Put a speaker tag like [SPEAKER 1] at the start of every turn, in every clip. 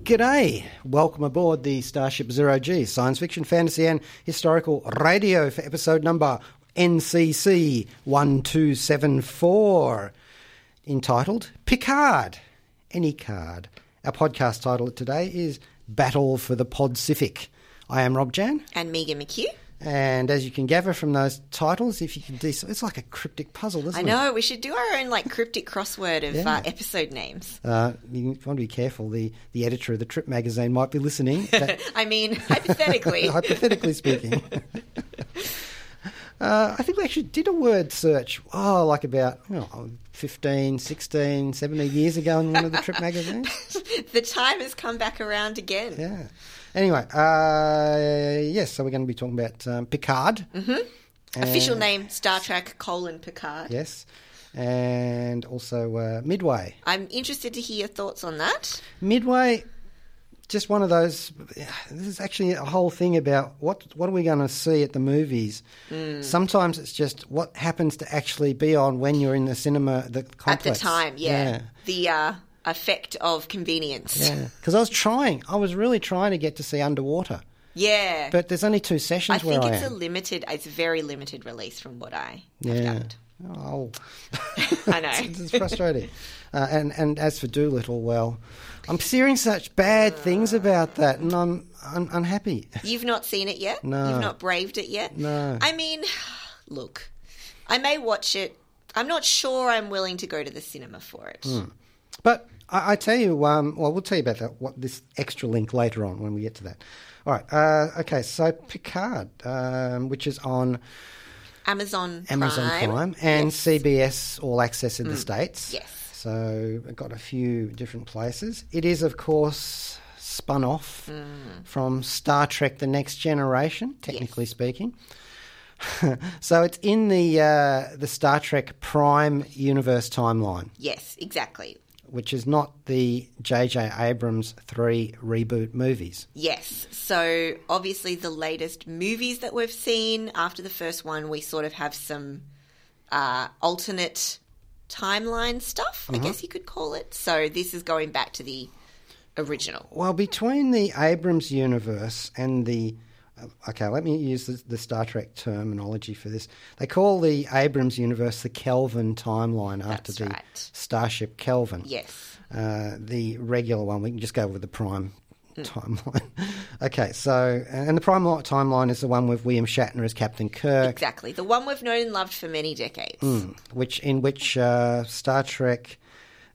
[SPEAKER 1] G'day! Welcome aboard the Starship Zero G science fiction, fantasy, and historical radio for episode number NCC 1274, entitled Picard, Any Card. Our podcast title today is Battle for the Podcific. I am Rob Jan,
[SPEAKER 2] And Megan McHugh?
[SPEAKER 1] and as you can gather from those titles, if you can, de- it's like a cryptic puzzle, isn't
[SPEAKER 2] I
[SPEAKER 1] it?
[SPEAKER 2] know, we should do our own like cryptic crossword of
[SPEAKER 1] Yeah.
[SPEAKER 2] uh, episode names.
[SPEAKER 1] Uh, you want to be careful. The the editor of the Trip magazine might be listening. That-
[SPEAKER 2] I mean, hypothetically.
[SPEAKER 1] hypothetically speaking. Uh, I think we actually did a word search, oh, like about you know, 15, 16, 17 years ago in one of the Trip magazines.
[SPEAKER 2] the time has come back around again.
[SPEAKER 1] Yeah. Anyway, uh, yes, so we're going to be talking about um, Picard. Mm-hmm.
[SPEAKER 2] Official name Star Trek colon Picard.
[SPEAKER 1] Yes. And also uh, Midway.
[SPEAKER 2] I'm interested to hear your thoughts on that.
[SPEAKER 1] Midway, just one of those. This is actually a whole thing about what what are we going to see at the movies.
[SPEAKER 2] Mm.
[SPEAKER 1] Sometimes it's just what happens to actually be on when you're in the cinema. The complex.
[SPEAKER 2] At the time, yeah. The uh, effect of convenience.
[SPEAKER 1] yeah. Because I was trying, I was really trying to get to see Underwater,
[SPEAKER 2] Yeah.
[SPEAKER 1] but there's only two sessions
[SPEAKER 2] I
[SPEAKER 1] where
[SPEAKER 2] think
[SPEAKER 1] I
[SPEAKER 2] it's a
[SPEAKER 1] am.
[SPEAKER 2] limited, it's a very limited release from what I have
[SPEAKER 1] yeah.
[SPEAKER 2] gathered.
[SPEAKER 1] Oh,
[SPEAKER 2] I know.
[SPEAKER 1] it's, it's frustrating. uh, and and as for Doolittle, well, I'm hearing such bad things
[SPEAKER 2] Ah.
[SPEAKER 1] about that, and I'm I'm unhappy.
[SPEAKER 2] You've not seen it yet?
[SPEAKER 1] No.
[SPEAKER 2] You've not braved it yet?
[SPEAKER 1] No.
[SPEAKER 2] I mean, look, I may watch it. I'm not sure I'm willing to go to the cinema for it.
[SPEAKER 1] Hmm. But I, I tell you, um, well, we'll tell you about that. What this extra link later on when we get to that. All right. Uh, okay. So Picard, um, which is on
[SPEAKER 2] Amazon Prime.
[SPEAKER 1] Amazon Prime, and CBS All Access in the states.
[SPEAKER 2] Yes.
[SPEAKER 1] So it got a few different places. It is, of course, spun off from Star Trek: The Next Generation, technically speaking. so it's in the uh, the Star Trek Prime universe timeline
[SPEAKER 2] Yes, exactly.
[SPEAKER 1] which is not the J.J. Abrams three reboot movies.
[SPEAKER 2] Yes. So obviously, the latest movies that we've seen after the first one, we sort of have some uh, alternate timeline stuff,
[SPEAKER 1] Mm-hmm.
[SPEAKER 2] I guess you could call it. So this is going back to the original.
[SPEAKER 1] Well, between the Abrams universe and the uh, okay, let me use the, the Star Trek terminology for this. They call the Abrams universe the Kelvin timeline after
[SPEAKER 2] That's
[SPEAKER 1] the
[SPEAKER 2] right.
[SPEAKER 1] starship Kelvin.
[SPEAKER 2] Yes.
[SPEAKER 1] Uh, the regular one, we can just go with the prime
[SPEAKER 2] Hmm.
[SPEAKER 1] timeline. okay, so and the prime timeline is the one with William Shatner as Captain Kirk.
[SPEAKER 2] Exactly. The one we've known and loved for many decades.
[SPEAKER 1] Hmm. which in which uh, Star Trek,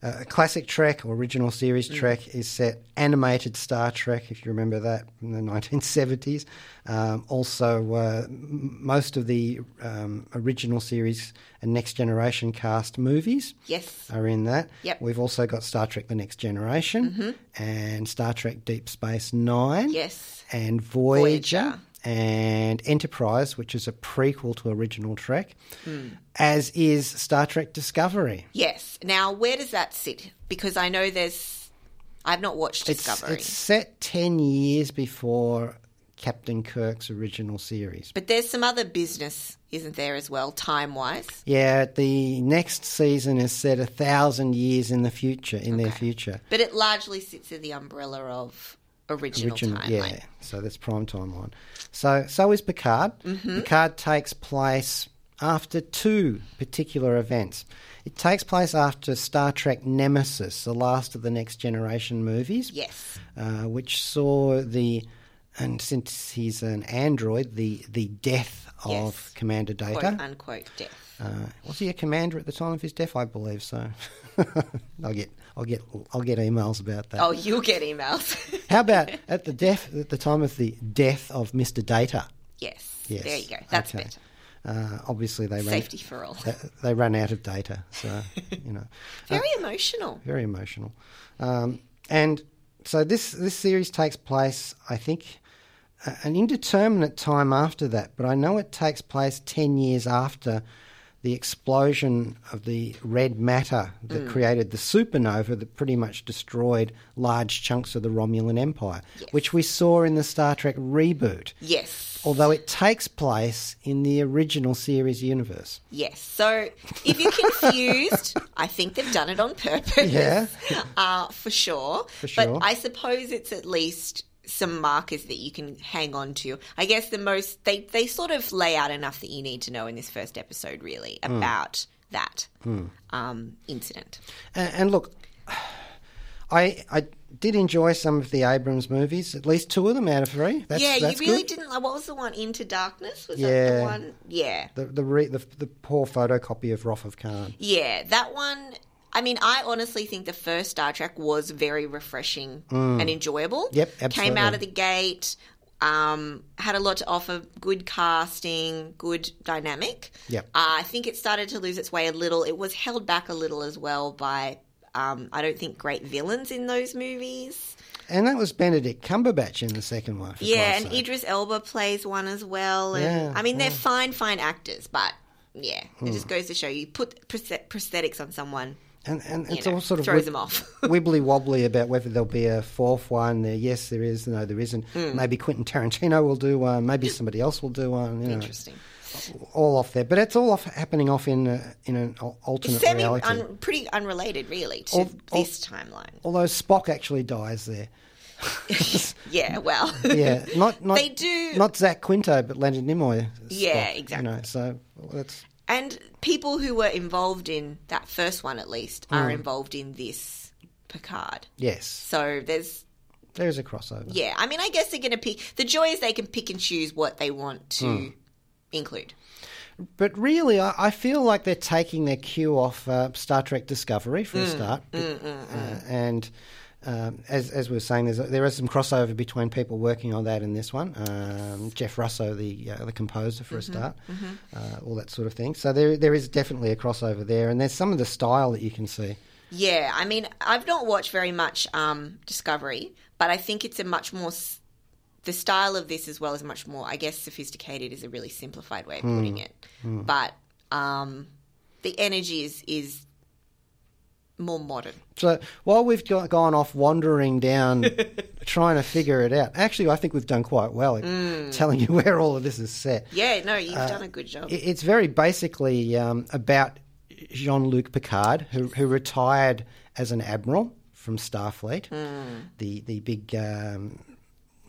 [SPEAKER 1] uh, classic Trek or original series Trek is set. Animated Star Trek, if you remember that from the 1970s. Um, also, uh, m- most of the um, original series and Next Generation cast movies.
[SPEAKER 2] Yes.
[SPEAKER 1] Are in that.
[SPEAKER 2] Yep.
[SPEAKER 1] We've also got Star Trek The Next Generation and Star Trek Deep Space Nine
[SPEAKER 2] Yes.
[SPEAKER 1] and Voyager,
[SPEAKER 2] Voyager.
[SPEAKER 1] and Enterprise, which is a prequel to original Trek,
[SPEAKER 2] Hmm.
[SPEAKER 1] as is Star Trek Discovery.
[SPEAKER 2] Yes. Now, where does that sit? Because I know there's. I've not watched
[SPEAKER 1] It's-
[SPEAKER 2] Discovery.
[SPEAKER 1] It's, set 10 years before Captain Kirk's original series.
[SPEAKER 2] But there's some other business, isn't there, as well, time wise?
[SPEAKER 1] Yeah, the next season is set a thousand years in the future, in their future.
[SPEAKER 2] But it largely sits in the umbrella of original, timeline.
[SPEAKER 1] yeah. So that's prime timeline. So so is Picard.
[SPEAKER 2] Mm-hmm.
[SPEAKER 1] Picard takes place after two particular events. It takes place after Star Trek Nemesis, the last of the Next Generation movies.
[SPEAKER 2] Yes.
[SPEAKER 1] Uh, which saw the and since he's an android, the the death of
[SPEAKER 2] Yes.
[SPEAKER 1] Commander
[SPEAKER 2] Quote
[SPEAKER 1] Data.
[SPEAKER 2] unquote death.
[SPEAKER 1] Uh, was he a commander at the time of his death? I believe so. I'll get I'll get I'll get emails about that.
[SPEAKER 2] Oh, you'll get emails.
[SPEAKER 1] How about at the death at the time of the death of Mr. Data?
[SPEAKER 2] yes.
[SPEAKER 1] Yes.
[SPEAKER 2] There you go. That's
[SPEAKER 1] Okay.
[SPEAKER 2] better.
[SPEAKER 1] uh, obviously they ran,
[SPEAKER 2] Safety for all.
[SPEAKER 1] they, they run out of data. So you know, uh,
[SPEAKER 2] Very emotional.
[SPEAKER 1] very emotional. Um, and so this this series takes place, I think, a- an indeterminate time after that, but I know it takes place ten years after the explosion of the red matter that created the supernova that pretty much destroyed large chunks of the Romulan Empire, which we saw in the Star Trek reboot.
[SPEAKER 2] Yes.
[SPEAKER 1] Although it takes place in the original series universe.
[SPEAKER 2] Yes. So if you're confused, I think they've done it on purpose.
[SPEAKER 1] Yeah.
[SPEAKER 2] Uh, for sure. For
[SPEAKER 1] sure.
[SPEAKER 2] But I suppose it's at least some markers that you can hang on to. I guess the most they, they sort of lay out enough that you need to know in this first episode really
[SPEAKER 1] Hmm.
[SPEAKER 2] about that um, incident.
[SPEAKER 1] And, and look, I I did enjoy some of the Abrams movies, at least two of them out of three. That's,
[SPEAKER 2] yeah,
[SPEAKER 1] that's
[SPEAKER 2] you really
[SPEAKER 1] good.
[SPEAKER 2] didn't like what was the one? Into Darkness? Was that
[SPEAKER 1] Yeah.
[SPEAKER 2] the one? Yeah.
[SPEAKER 1] The the, re, the the poor photocopy of Wrath of Khan.
[SPEAKER 2] Yeah, that one. I mean, I honestly think the first Star Trek was very refreshing and enjoyable.
[SPEAKER 1] Mm. Yep,
[SPEAKER 2] Came
[SPEAKER 1] absolutely.
[SPEAKER 2] out of the gate, um, had a lot to offer, good casting, good dynamic.
[SPEAKER 1] Yep.
[SPEAKER 2] Uh, I think it started to lose its way a little. It was held back a little as well by, um, I don't think, great villains in those movies.
[SPEAKER 1] And that was Benedict Cumberbatch in the second one. for
[SPEAKER 2] yeah,
[SPEAKER 1] Christ's
[SPEAKER 2] and
[SPEAKER 1] sake.
[SPEAKER 2] Idris Elba plays one as well. And
[SPEAKER 1] Yeah, Hmm.
[SPEAKER 2] I mean, they're fine, fine actors, but yeah, it just goes to show you put prosthet- prosthetics on someone.
[SPEAKER 1] and, and
[SPEAKER 2] you
[SPEAKER 1] it's
[SPEAKER 2] know,
[SPEAKER 1] all sort of
[SPEAKER 2] throws
[SPEAKER 1] wib-
[SPEAKER 2] them off.
[SPEAKER 1] wibbly wobbly about whether there'll be a fourth one. There, yes, there is. No, there isn't.
[SPEAKER 2] Hmm.
[SPEAKER 1] Maybe Quentin Tarantino will do one. Maybe somebody else will do one. You know,
[SPEAKER 2] Interesting.
[SPEAKER 1] all off there, but it's all off happening off in a, in an al- alternate
[SPEAKER 2] Semi um,
[SPEAKER 1] reality.
[SPEAKER 2] un, pretty unrelated, really, to
[SPEAKER 1] Of- of-
[SPEAKER 2] this timeline.
[SPEAKER 1] Although Spock actually dies there.
[SPEAKER 2] Yeah, well,
[SPEAKER 1] yeah, not not
[SPEAKER 2] They do-
[SPEAKER 1] not Zach Quinto, but Leonard Nimoy.
[SPEAKER 2] Yeah,
[SPEAKER 1] Spock,
[SPEAKER 2] exactly.
[SPEAKER 1] You know, so well, that's
[SPEAKER 2] and people who were involved in that first one, at least,
[SPEAKER 1] Hmm.
[SPEAKER 2] are involved in this Picard.
[SPEAKER 1] yes,
[SPEAKER 2] So there's,
[SPEAKER 1] there is a crossover.
[SPEAKER 2] yeah, I mean, I guess they're going to pick. The joy is they can pick and choose what they want to
[SPEAKER 1] Hmm.
[SPEAKER 2] include.
[SPEAKER 1] But really, I, I feel like they're taking their cue off uh, Star Trek Discovery for a start, Uh, and. Um, as, as we were saying, there's a, there is some crossover between people working on that and this one. Um, Jeff Russo, the uh, the composer for a start, uh, all that sort of thing. So there there is definitely a crossover there, and there's some of the style that you can see.
[SPEAKER 2] Yeah, I mean, I've not watched very much um, Discovery, but I think it's a much more. s- The style of this, as well, is much more. I guess sophisticated is a really simplified way of
[SPEAKER 1] Hmm.
[SPEAKER 2] putting it, but um, the energy is is more modern.
[SPEAKER 1] So while we've go- gone off wandering down, trying to figure it out, actually, I think we've done quite well in telling you where all of this is set.
[SPEAKER 2] Yeah, no, you've
[SPEAKER 1] Uh,
[SPEAKER 2] done a good job.
[SPEAKER 1] I- It's very basically um, about Jean Luc Picard, who, who retired as an admiral from Starfleet,
[SPEAKER 2] Hmm.
[SPEAKER 1] the, the big, um,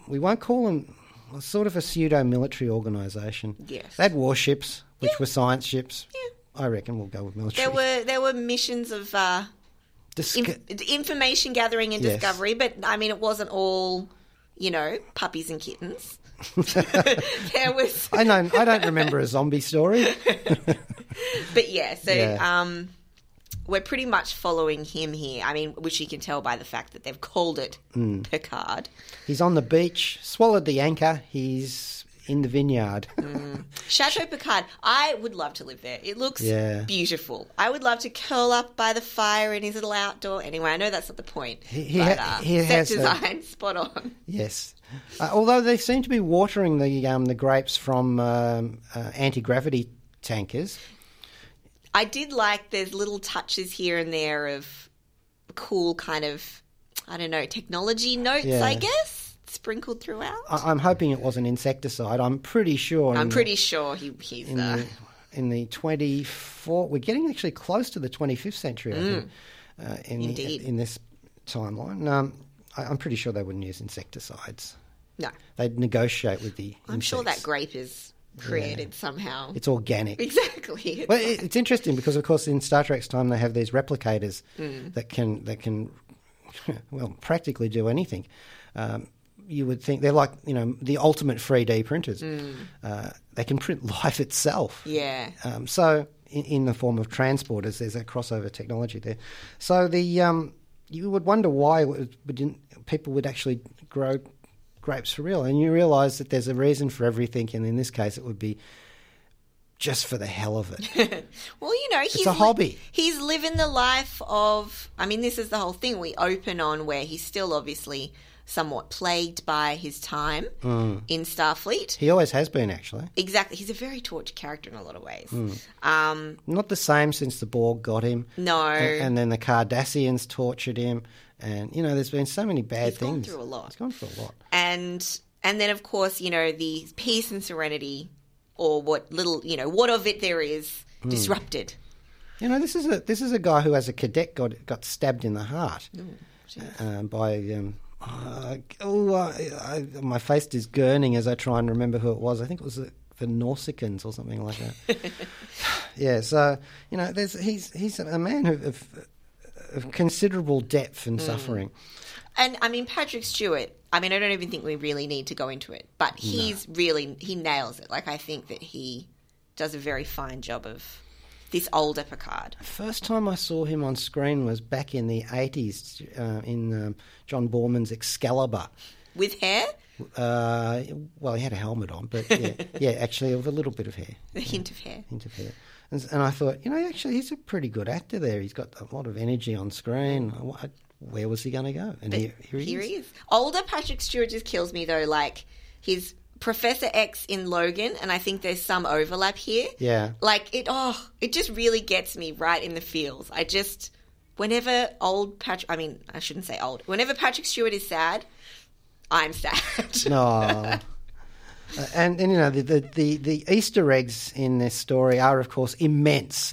[SPEAKER 1] we won't call them, well, sort of a pseudo military organisation.
[SPEAKER 2] Yes.
[SPEAKER 1] They had warships, which were science ships. Yeah. I reckon we'll go with military.
[SPEAKER 2] there were there were missions of uh,
[SPEAKER 1] Disc-
[SPEAKER 2] inf- information gathering and
[SPEAKER 1] Yes.
[SPEAKER 2] discovery, but I mean, it wasn't all you know puppies and kittens. there was
[SPEAKER 1] I, know, I don't remember a zombie story.
[SPEAKER 2] But yeah, so
[SPEAKER 1] Yeah.
[SPEAKER 2] Um, we're pretty much following him here. I mean, which you can tell by the fact that they've called it
[SPEAKER 1] Hmm.
[SPEAKER 2] Picard.
[SPEAKER 1] He's on the beach, swallowed the anchor. He's in the vineyard.
[SPEAKER 2] Hmm. Chateau Picard. I would love to live there. It looks
[SPEAKER 1] Yeah.
[SPEAKER 2] beautiful. I would love to curl up by the fire in his little outdoor. Anyway, I know that's not the point.
[SPEAKER 1] he
[SPEAKER 2] but,
[SPEAKER 1] ha-
[SPEAKER 2] uh,
[SPEAKER 1] he
[SPEAKER 2] set
[SPEAKER 1] has a-
[SPEAKER 2] design spot on.
[SPEAKER 1] yes. Uh, although they seem to be watering the um, the grapes from um, uh, anti gravity tankers.
[SPEAKER 2] I did like there's little touches here and there of cool kind of I don't know technology notes.
[SPEAKER 1] Yeah.
[SPEAKER 2] I guess sprinkled throughout.
[SPEAKER 1] I- I'm hoping it was an insecticide. I'm pretty sure. in
[SPEAKER 2] I'm
[SPEAKER 1] the-
[SPEAKER 2] pretty sure he, he's
[SPEAKER 1] in
[SPEAKER 2] uh,
[SPEAKER 1] the, in the 24. We're getting actually close to the 25th century. I think. Uh, in
[SPEAKER 2] Mm. Indeed.
[SPEAKER 1] The, in this timeline, um, I, I'm pretty sure they wouldn't use insecticides.
[SPEAKER 2] no.
[SPEAKER 1] They'd negotiate with the.
[SPEAKER 2] I'm sure that
[SPEAKER 1] insects.
[SPEAKER 2] grape is created somehow.
[SPEAKER 1] It's organic.
[SPEAKER 2] exactly.
[SPEAKER 1] Well, it- it's interesting because, of course, in Star Trek's time, they have these replicators that can that can well practically do anything. Um, you would think they're like you know the ultimate 3D printers. Uh, they can print life itself.
[SPEAKER 2] yeah.
[SPEAKER 1] Um, so, in, in the form of transporters, there's a crossover technology there. So the um, you would wonder why it would- wouldn't- people would actually grow grapes for real, and you realise that there's a reason for everything, and in this case, it would be just for the hell of it.
[SPEAKER 2] Well, you know, he's
[SPEAKER 1] a hobby.
[SPEAKER 2] He's living the life of. I mean, this is the whole thing we open on where he's still obviously somewhat plagued by his time
[SPEAKER 1] Mm.
[SPEAKER 2] in Starfleet.
[SPEAKER 1] he always has been, actually.
[SPEAKER 2] Exactly. He's a very tortured character in a lot of ways.
[SPEAKER 1] Mm.
[SPEAKER 2] Um,
[SPEAKER 1] Not the same since the Borg got him.
[SPEAKER 2] no.
[SPEAKER 1] And, and then the Cardassians tortured him. And, you know, there's been so many bad
[SPEAKER 2] He's gone
[SPEAKER 1] things.
[SPEAKER 2] through a lot.
[SPEAKER 1] He's gone through a lot.
[SPEAKER 2] and and then of course you know the peace and serenity or what little you know what of it there is
[SPEAKER 1] Mm.
[SPEAKER 2] disrupted
[SPEAKER 1] You know, this is a this is a guy who, as a cadet, got got stabbed in the heart
[SPEAKER 2] Oh,
[SPEAKER 1] um, by. Um, uh, oh, I, I, my face is gurning as I try and remember who it was. I think it was the, the Norsicans or something like that. yeah, so you know, there's he's he's a man of, of, of considerable depth
[SPEAKER 2] Hmm.
[SPEAKER 1] and suffering.
[SPEAKER 2] and i mean patrick stewart i mean i don't even think we really need to go into it but he's really he nails it like i think that he does a very fine job of this older picard
[SPEAKER 1] First time I saw him on screen was back in the '80s uh, in um, John Borman's Excalibur.
[SPEAKER 2] with hair
[SPEAKER 1] Uh, well, he had a helmet on, but yeah, yeah, actually, with a little bit of hair.
[SPEAKER 2] the hint of hair
[SPEAKER 1] into theatre. And, and I thought, you know, actually, he's a pretty good actor there. He's got a lot of energy on screen. I- I- Where was he going to go? And here, here he
[SPEAKER 2] Here
[SPEAKER 1] is.
[SPEAKER 2] he is. Older Patrick Stewart just kills me though. Like he's Professor X in Logan, and I think there's some overlap here.
[SPEAKER 1] Yeah.
[SPEAKER 2] Like it. Oh, it just really gets me right in the feels. I just whenever old Patrick. I mean, I shouldn't say old. Whenever Patrick Stewart is sad, I'm sad.
[SPEAKER 1] No. Uh, and, and, you know, the, the, the, the Easter eggs in this story are, of course, immense.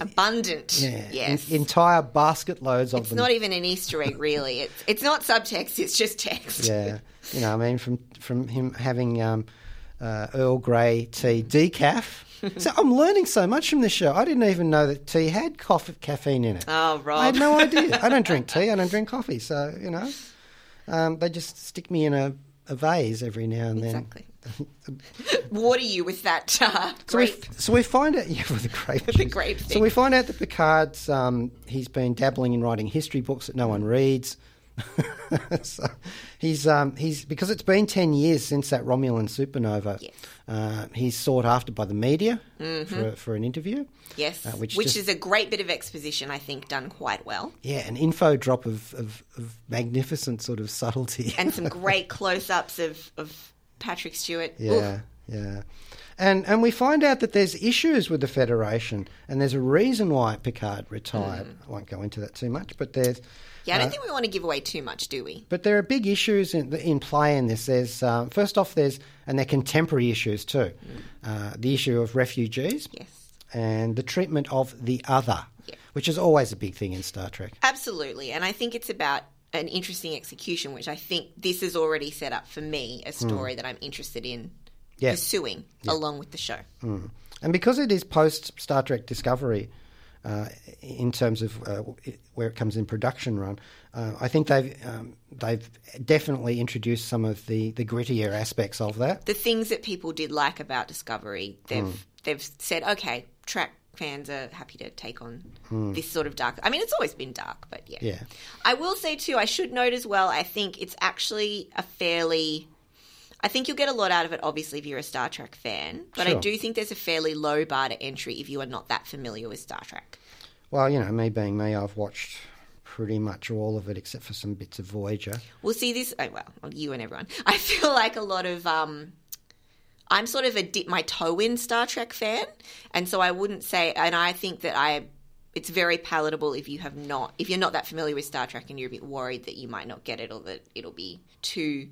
[SPEAKER 2] Abundant.
[SPEAKER 1] Yeah.
[SPEAKER 2] Yes.
[SPEAKER 1] En- entire basket loads of
[SPEAKER 2] it's
[SPEAKER 1] them.
[SPEAKER 2] not even an Easter egg, really. It's it's not subtext. It's just text.
[SPEAKER 1] yeah. You know, I mean, from, from him having um, uh, Earl Grey tea decaf. so I'm learning so much from this show. I didn't even know that tea had coff caffeine in it.
[SPEAKER 2] Oh, Rob.
[SPEAKER 1] I had no idea. I don't drink tea. I don't drink coffee. So you know, um, they just stick me in a, a vase every now and then.
[SPEAKER 2] Exactly. Water you with that uh,
[SPEAKER 1] So we,
[SPEAKER 2] grape.
[SPEAKER 1] f- so we find out yeah, with the grape the
[SPEAKER 2] grape
[SPEAKER 1] So
[SPEAKER 2] thing.
[SPEAKER 1] we find out that Picard's um, he's been dabbling in writing history books that no one reads. so he's um, he's because it's been ten years since that Romulan supernova.
[SPEAKER 2] Yes.
[SPEAKER 1] Uh, he's sought after by the media for for an interview.
[SPEAKER 2] Yes,
[SPEAKER 1] Uh,
[SPEAKER 2] which,
[SPEAKER 1] which just-
[SPEAKER 2] is a great bit of exposition, I think, done quite well.
[SPEAKER 1] Yeah, an info drop of, of, of magnificent sort of subtlety.
[SPEAKER 2] And some great close ups of, of Patrick Stewart.
[SPEAKER 1] Yeah,
[SPEAKER 2] Oof.
[SPEAKER 1] yeah. And and we find out that there's issues with the Federation, and there's a reason why Picard retired.
[SPEAKER 2] Mm.
[SPEAKER 1] I won't go into that too much, but there's
[SPEAKER 2] Yeah, I don't think we want to give away too much, do we?
[SPEAKER 1] but there are big issues in, in play in this. There's um, first off, there's and they're contemporary issues
[SPEAKER 2] Mm.
[SPEAKER 1] too. Uh, the issue of refugees
[SPEAKER 2] Yes.
[SPEAKER 1] and the treatment of the other,
[SPEAKER 2] Yeah.
[SPEAKER 1] which is always a big thing in Star Trek.
[SPEAKER 2] Absolutely. And I think it's about an interesting execution, which I think this is already set up for me a story that I'm interested in
[SPEAKER 1] Hmm. Yeah. Hmm.
[SPEAKER 2] pursuing along with the show.
[SPEAKER 1] And because it is post Star Trek Discovery, uh, in terms of uh, it- where it comes in production run, uh, I think they've um, they've definitely introduced some of the, the grittier aspects of that.
[SPEAKER 2] The things that people did like about Discovery, they've
[SPEAKER 1] Hmm.
[SPEAKER 2] they've said, okay, track fans are happy to take on this sort of dark. I mean, it's always been dark, but yeah.
[SPEAKER 1] Hmm. Yeah,
[SPEAKER 2] I will say too, I should note as well, I think it's actually a fairly I think you'll get a lot out of it obviously if you're a Star Trek fan, but I
[SPEAKER 1] Sure.
[SPEAKER 2] do think there's a fairly low bar to entry if you are not that familiar with Star Trek.
[SPEAKER 1] well, you know, me being me, I've watched pretty much all of it except for some bits of Voyager.
[SPEAKER 2] We'll see this oh, well, you and everyone. I feel like a lot of um I'm sort of a dip my toe in Star Trek fan, and so I wouldn't say and I think that I it's very palatable if you have not if you're not that familiar with Star Trek and you're a bit worried that you might not get it or that it'll be too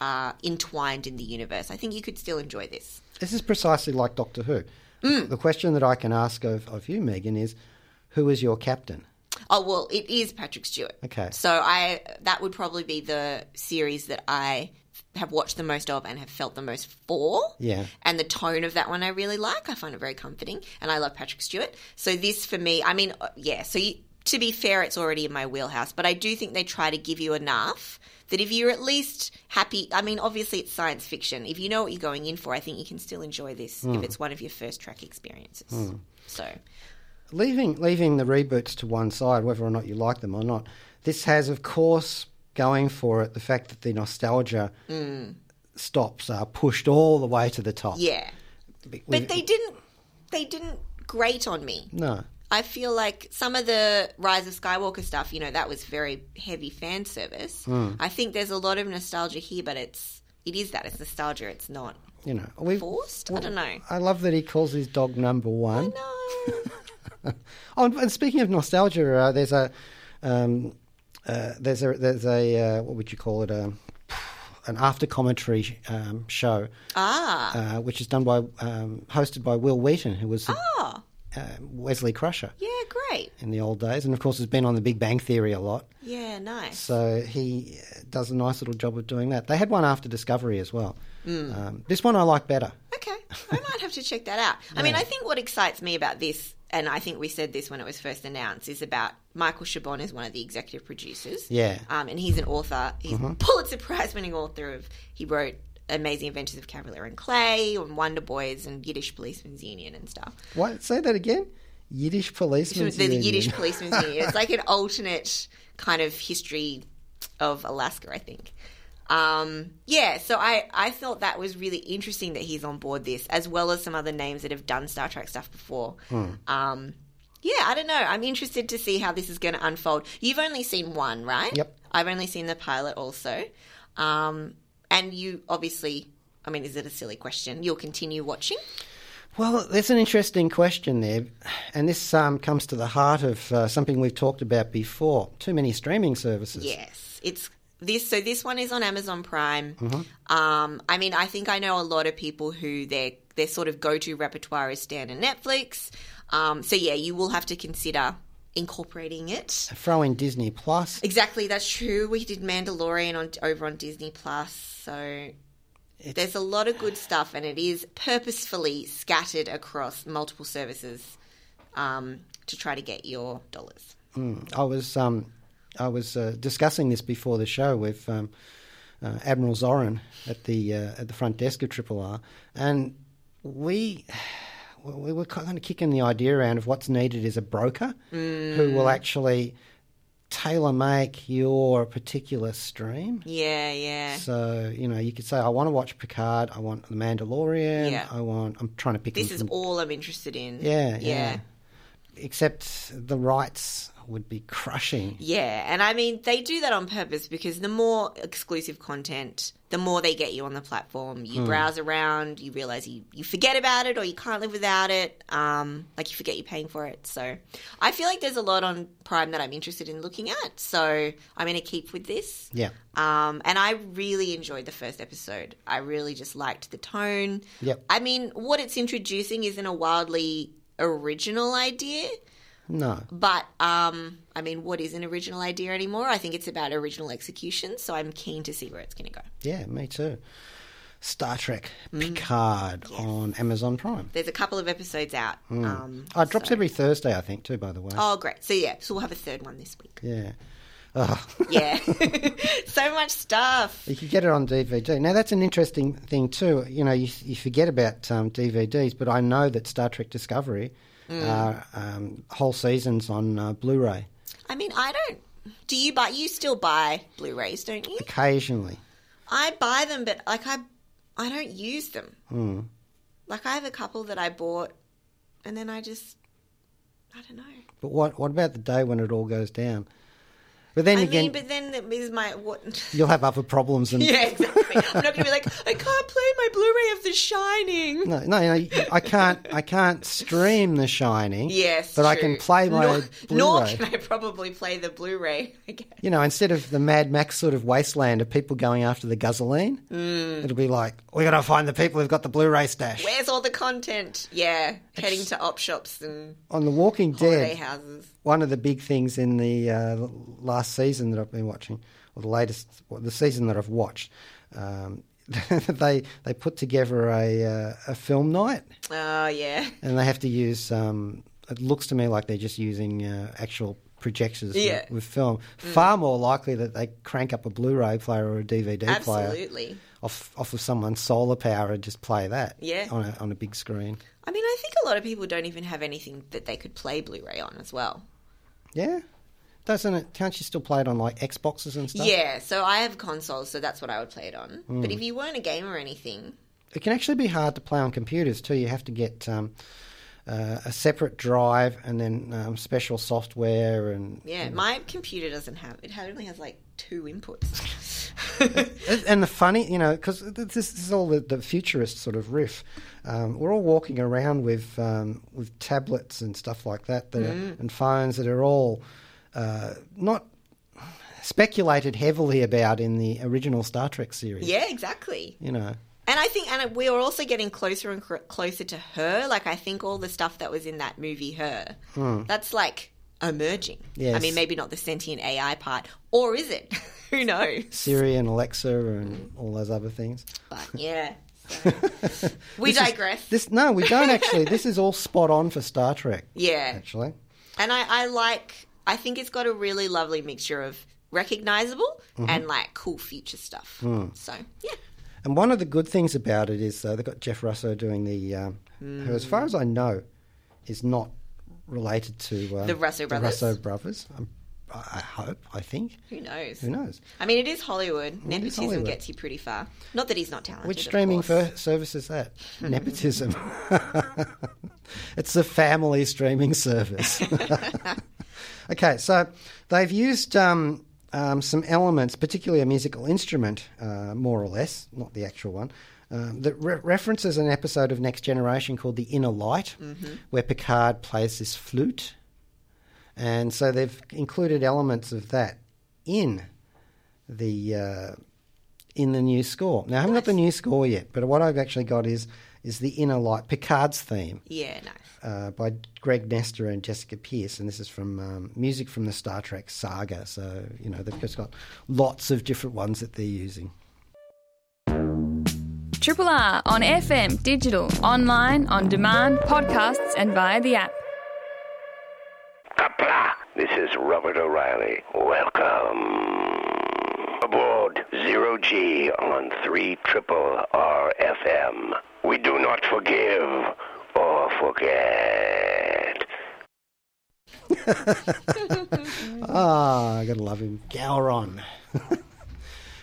[SPEAKER 2] uh, entwined in the universe. I think you could still enjoy this.
[SPEAKER 1] This is precisely like Doctor Who. The question that I can ask of, of you, Megan, is who is your captain?
[SPEAKER 2] Oh well, it is Patrick Stewart.
[SPEAKER 1] Okay.
[SPEAKER 2] So I that would probably be the series that I have watched the most of and have felt the most for.
[SPEAKER 1] Yeah.
[SPEAKER 2] And the tone of that one I really like. I find it very comforting, and I love Patrick Stewart. So this for me, I mean, uh, yeah. So you, to be fair, it's already in my wheelhouse, but I do think they try to give you enough that if you're at least happy. I mean, obviously it's science fiction. If you know what you're going in for, I think you can still enjoy this
[SPEAKER 1] Hmm.
[SPEAKER 2] if it's one of your first track experiences. So
[SPEAKER 1] leaving leaving the reboots to one side, whether or not you like them or not, this has, of course, going for it the fact that the nostalgia stops are pushed all the way to the top.
[SPEAKER 2] Mm. yeah.
[SPEAKER 1] Be-
[SPEAKER 2] But
[SPEAKER 1] with-
[SPEAKER 2] they didn't. they didn't grate on me.
[SPEAKER 1] No.
[SPEAKER 2] I feel like some of the Rise of Skywalker stuff, you know, that was very heavy fan service.
[SPEAKER 1] Hmm.
[SPEAKER 2] I think there's a lot of nostalgia here, but it's it is that it's nostalgia. It's not
[SPEAKER 1] You know, we
[SPEAKER 2] forced. I don't know.
[SPEAKER 1] I love that he calls his dog number one.
[SPEAKER 2] No,
[SPEAKER 1] Oh, and- and speaking of nostalgia, uh, there's a um, uh, there's a there's a uh, what would you call it a an after commentary um, show,
[SPEAKER 2] ah,
[SPEAKER 1] uh, which is done by um, hosted by Will Wheaton, who was
[SPEAKER 2] oh,
[SPEAKER 1] uh, Wesley Crusher
[SPEAKER 2] yeah, great.
[SPEAKER 1] in the old days, and of course has been on The Big Bang Theory a lot.
[SPEAKER 2] Yeah, nice.
[SPEAKER 1] So he uh, does a nice little job of doing that. They had one after Discovery as well.
[SPEAKER 2] Mm.
[SPEAKER 1] Um, this one I like better.
[SPEAKER 2] Okay, I might have to check that out. I mean, I think what excites me about this, and I think we said this when it was first announced, is about Michael Chabon is one of the executive producers.
[SPEAKER 1] Yeah.
[SPEAKER 2] um, and he's an author. He's a Pulitzer Prize-winning author of. He wrote Amazing Adventures of Cavalier and Clay, and Wonder Boys, and Yiddish Policeman's Union, and stuff.
[SPEAKER 1] What? Say that again. Yiddish
[SPEAKER 2] So
[SPEAKER 1] policeman.
[SPEAKER 2] the Yiddish Policeman's Union. It's like an alternate kind of history of Alaska, I think. Um, yeah, so I, I thought that was really interesting that he's on board this, as well as some other names that have done Star Trek stuff before. Um, yeah, I don't know. I'm interested to see how this is going to unfold. You've only seen one, right?
[SPEAKER 1] Yep.
[SPEAKER 2] I've only seen the pilot also. Um, and you obviously, I mean, is it a silly question? You'll continue watching?
[SPEAKER 1] Well, that's an interesting question there, and this um, comes to the heart of uh, something we've talked about before: too many streaming services.
[SPEAKER 2] Yes, it's this. So this one is on Amazon Prime. Um, I mean, I think I know a lot of people who their their sort of go to repertoire is Stan and Netflix. Um, so yeah, you will have to consider incorporating it.
[SPEAKER 1] Throw in Disney Plus.
[SPEAKER 2] Exactly, that's true. We did Mandalorian on over on Disney Plus, so. There's a lot of good stuff, and it is purposefully scattered across multiple services um, to try to get your dollars.
[SPEAKER 1] I was um, I was uh, discussing this before the show with um, uh, Admiral Zorin at the uh, at the front desk of Triple R, and we we were kind of kicking the idea around of what's needed is a broker
[SPEAKER 2] Mm.
[SPEAKER 1] who will actually tailor make your particular stream.
[SPEAKER 2] Yeah, yeah.
[SPEAKER 1] So you know, you could say, I want to watch Picard. I want The Mandalorian.
[SPEAKER 2] Yeah.
[SPEAKER 1] I want. I'm trying to pick.
[SPEAKER 2] This
[SPEAKER 1] them
[SPEAKER 2] is
[SPEAKER 1] from-
[SPEAKER 2] all I'm interested in.
[SPEAKER 1] Mm-hmm. yeah, yeah,
[SPEAKER 2] yeah.
[SPEAKER 1] Except the rights would be crushing.
[SPEAKER 2] Yeah, and I mean they do that on purpose because the more exclusive content, the more they get you on the platform.
[SPEAKER 1] Hmm.
[SPEAKER 2] You browse around, you realize you, you forget about it or you can't live without it. Um, like you forget you're paying for it. So I feel like there's a lot on Prime that I'm interested in looking at. So I'm going to keep with this.
[SPEAKER 1] Yeah.
[SPEAKER 2] Um, and I really enjoyed the first episode. I really just liked the tone.
[SPEAKER 1] Yep.
[SPEAKER 2] I mean, what it's introducing isn't a wildly original idea.
[SPEAKER 1] No.
[SPEAKER 2] But um, I mean, what is an original idea anymore? I think it's about original execution, so I'm keen to see where it's going to go.
[SPEAKER 1] Yeah, me too. Star Trek
[SPEAKER 2] Mm.
[SPEAKER 1] Picard on Amazon Prime.
[SPEAKER 2] There's a couple of episodes out. Um,
[SPEAKER 1] Oh, it drops
[SPEAKER 2] so-
[SPEAKER 1] every Thursday, I think, too. By the way.
[SPEAKER 2] Oh, great! So yeah, so we'll have a third one this week.
[SPEAKER 1] Yeah. Ugh.
[SPEAKER 2] Yeah, so much stuff.
[SPEAKER 1] You can get it on DVD. Now that's an interesting thing too. You know, you, you forget about um, DVDs, but I know that Star Trek Discovery
[SPEAKER 2] Mm.
[SPEAKER 1] are um, whole seasons on uh, Blu-ray
[SPEAKER 2] I mean, I don't. Do you buy? You still buy Blu-rays, don't you?
[SPEAKER 1] occasionally.
[SPEAKER 2] I buy them, but like I, I don't use them. Like I have a couple that I bought, and then I just, I don't know.
[SPEAKER 1] But what what about the day when it all goes down? But then
[SPEAKER 2] I
[SPEAKER 1] again,
[SPEAKER 2] mean, but then that is my what.
[SPEAKER 1] you'll have other problems. And
[SPEAKER 2] Yeah, exactly. I'm not going to be like, I can't play my Blu-ray of The Shining.
[SPEAKER 1] no, no, no, you- I can't. I can't stream The Shining.
[SPEAKER 2] Yes,
[SPEAKER 1] but I
[SPEAKER 2] true.
[SPEAKER 1] can play my
[SPEAKER 2] Nor,
[SPEAKER 1] Blu-ray.
[SPEAKER 2] nor can I probably play the Blu-ray. I guess.
[SPEAKER 1] you know, instead of the Mad Max sort of wasteland of people going after the gasoline,
[SPEAKER 2] Mm.
[SPEAKER 1] it'll be like we got to find the people who've got the Blu-ray stash.
[SPEAKER 2] Where's all the content? Yeah, heading to op shops and
[SPEAKER 1] on The Walking
[SPEAKER 2] holiday
[SPEAKER 1] Dead,
[SPEAKER 2] houses.
[SPEAKER 1] one of the big things in the uh, last season that I've been watching, or the latest, or the season that I've watched, um, they they put together a uh, a film night,
[SPEAKER 2] Oh yeah,
[SPEAKER 1] and they have to use. Um, it looks to me like they're just using uh, actual projectors with-
[SPEAKER 2] Yeah. Mm.
[SPEAKER 1] with, film. Far more likely that they crank up a Blu-ray player or a DVD player
[SPEAKER 2] absolutely.
[SPEAKER 1] off off of someone's solar power and just play that
[SPEAKER 2] Yeah.
[SPEAKER 1] on a, on a big screen.
[SPEAKER 2] I mean, I think a lot of people don't even have anything that they could play Blu-ray on as well.
[SPEAKER 1] Yeah, doesn't it? Can't you still play it on like Xboxes and stuff?
[SPEAKER 2] Yeah, so I have consoles, so that's what I would play it on.
[SPEAKER 1] Hmm.
[SPEAKER 2] But if you weren't a gamer or anything,
[SPEAKER 1] It can actually be hard to play on computers too. You have to get um, uh, a separate drive and then um, special software and
[SPEAKER 2] Yeah, my computer doesn't have it. Had only has like two inputs.
[SPEAKER 1] and the funny, you know, because this, this is all the, the futurist sort of riff. Um, we're all walking around with um, with tablets and stuff like that, that are, and phones that are all uh, not speculated heavily about in the original Star Trek series.
[SPEAKER 2] yeah, exactly.
[SPEAKER 1] You know,
[SPEAKER 2] And I think, and we are also getting closer and cr- closer to her. Like, I think all the stuff that was in that movie, her, that's like emerging. I
[SPEAKER 1] Hmm. Yes.
[SPEAKER 2] mean, maybe not the sentient AI part, or is it? Who knows?
[SPEAKER 1] Siri and Alexa and all those other things.
[SPEAKER 2] But yeah, So, we digress.
[SPEAKER 1] This no, we don't actually. this is all spot on for Star Trek.
[SPEAKER 2] yeah,
[SPEAKER 1] Actually,
[SPEAKER 2] and I, I like. I think it's got a really lovely mixture of recognizable
[SPEAKER 1] Mm-hmm.
[SPEAKER 2] and like cool future stuff.
[SPEAKER 1] Hmm.
[SPEAKER 2] So yeah,
[SPEAKER 1] and one of the good things about it is uh, they've got Jeff Russo doing the, um, who, as far as I know, is not related to uh,
[SPEAKER 2] The Russo brothers?
[SPEAKER 1] Russo brothers. Um, I I hope. I think.
[SPEAKER 2] who knows?
[SPEAKER 1] Who knows?
[SPEAKER 2] I mean, it is Hollywood. Nepotism
[SPEAKER 1] is Hollywood.
[SPEAKER 2] gets you pretty far. Not that he's not talented.
[SPEAKER 1] Which
[SPEAKER 2] of
[SPEAKER 1] streaming
[SPEAKER 2] course.
[SPEAKER 1] fir- service is that? Nepotism. it's the family streaming service. okay, so they've used um, um, some elements, particularly a musical instrument, uh, more or less, not the actual one. Um, that re- references an episode of Next Generation called The Inner Light,
[SPEAKER 2] Mm-hmm.
[SPEAKER 1] where Picard plays this flute. And so they've included elements of that in the uh, in the new score. Now I haven't got the new score yet, but what I've actually got is is the inner light Picard's theme
[SPEAKER 2] Yeah, nice.
[SPEAKER 1] uh, by Greg Nestor and Jessica Pierce, and this is from um, music from the Star Trek saga. So you know they've just got lots of different ones that they're using.
[SPEAKER 3] Triple R on FM, digital, online, on demand, podcasts, and via the app.
[SPEAKER 4] Kapla! This is Robert O'Reilly. Welcome aboard Zero G on 3 Triple R FM. We do not forgive or forget.
[SPEAKER 1] Ah, I gotta love him, Gowron.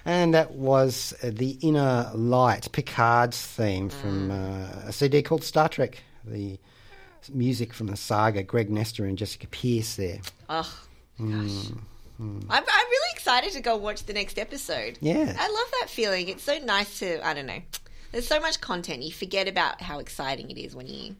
[SPEAKER 1] and that was uh, the inner light Picard's theme from uh, a CD called Star Trek. The music from the saga, Greg Nestor and Jessica Pierce there.
[SPEAKER 2] Oh, gosh.
[SPEAKER 1] Hmm,
[SPEAKER 2] I'm, I'm really excited to go watch the next episode.
[SPEAKER 1] Yeah.
[SPEAKER 2] I love that feeling. It's so nice to, I don't know, there's so much content. You forget about how exciting it is when you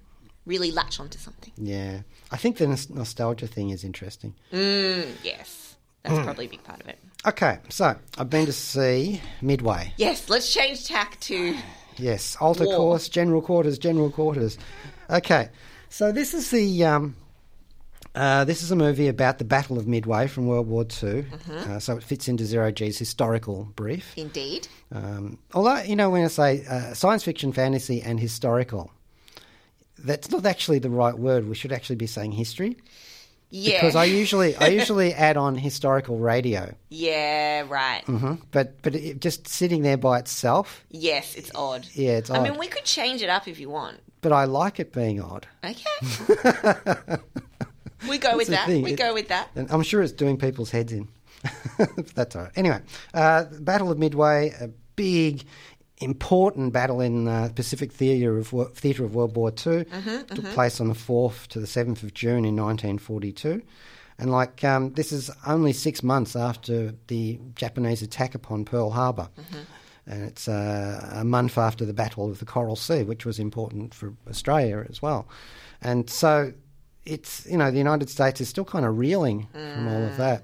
[SPEAKER 2] really latch onto something.
[SPEAKER 1] Yeah, I think the nos- nostalgia thing is interesting.
[SPEAKER 2] Hmm, Yes.
[SPEAKER 1] Hmm.
[SPEAKER 2] That's probably a big part of it.
[SPEAKER 1] Okay, so I've been to see Midway.
[SPEAKER 2] Yes, let's change tack to.
[SPEAKER 1] Yes, alter
[SPEAKER 2] War.
[SPEAKER 1] course, general quarters, general quarters. Okay, so this is the um, uh, this is a movie about the Battle of Midway from World War 2 Uh, so it fits into Zero G's historical brief.
[SPEAKER 2] Indeed.
[SPEAKER 1] Um, although, you know, when I say uh, science fiction, fantasy, and historical, that's not actually the right word. We should actually be saying history
[SPEAKER 2] Yeah.
[SPEAKER 1] because I usually I usually add on historical radio,
[SPEAKER 2] yeah, right.
[SPEAKER 1] Mm-hmm. but but it, just sitting there by itself,
[SPEAKER 2] Yes, it's odd.
[SPEAKER 1] yeah, it's
[SPEAKER 2] I
[SPEAKER 1] odd.
[SPEAKER 2] mean, we could change it up if you want.
[SPEAKER 1] but I like it being odd.
[SPEAKER 2] Okay. we go with
[SPEAKER 1] the
[SPEAKER 2] that.
[SPEAKER 1] thing.
[SPEAKER 2] We
[SPEAKER 1] It-
[SPEAKER 2] go with that.
[SPEAKER 1] And I'm sure it's doing people's heads in. But That's all right. Anyway, uh, the Battle of Midway, a big, important battle in uh, Pacific Theatre of Wo- Theatre of World War II, took place on the fourth to the seventh of June in 1942. And like um, this is only six months after the Japanese attack upon Pearl harbor and it's uh, a month after the Battle of the Coral Sea, which was important for Australia as well. And so it's, you know, the United States is still kind of reeling from all of that.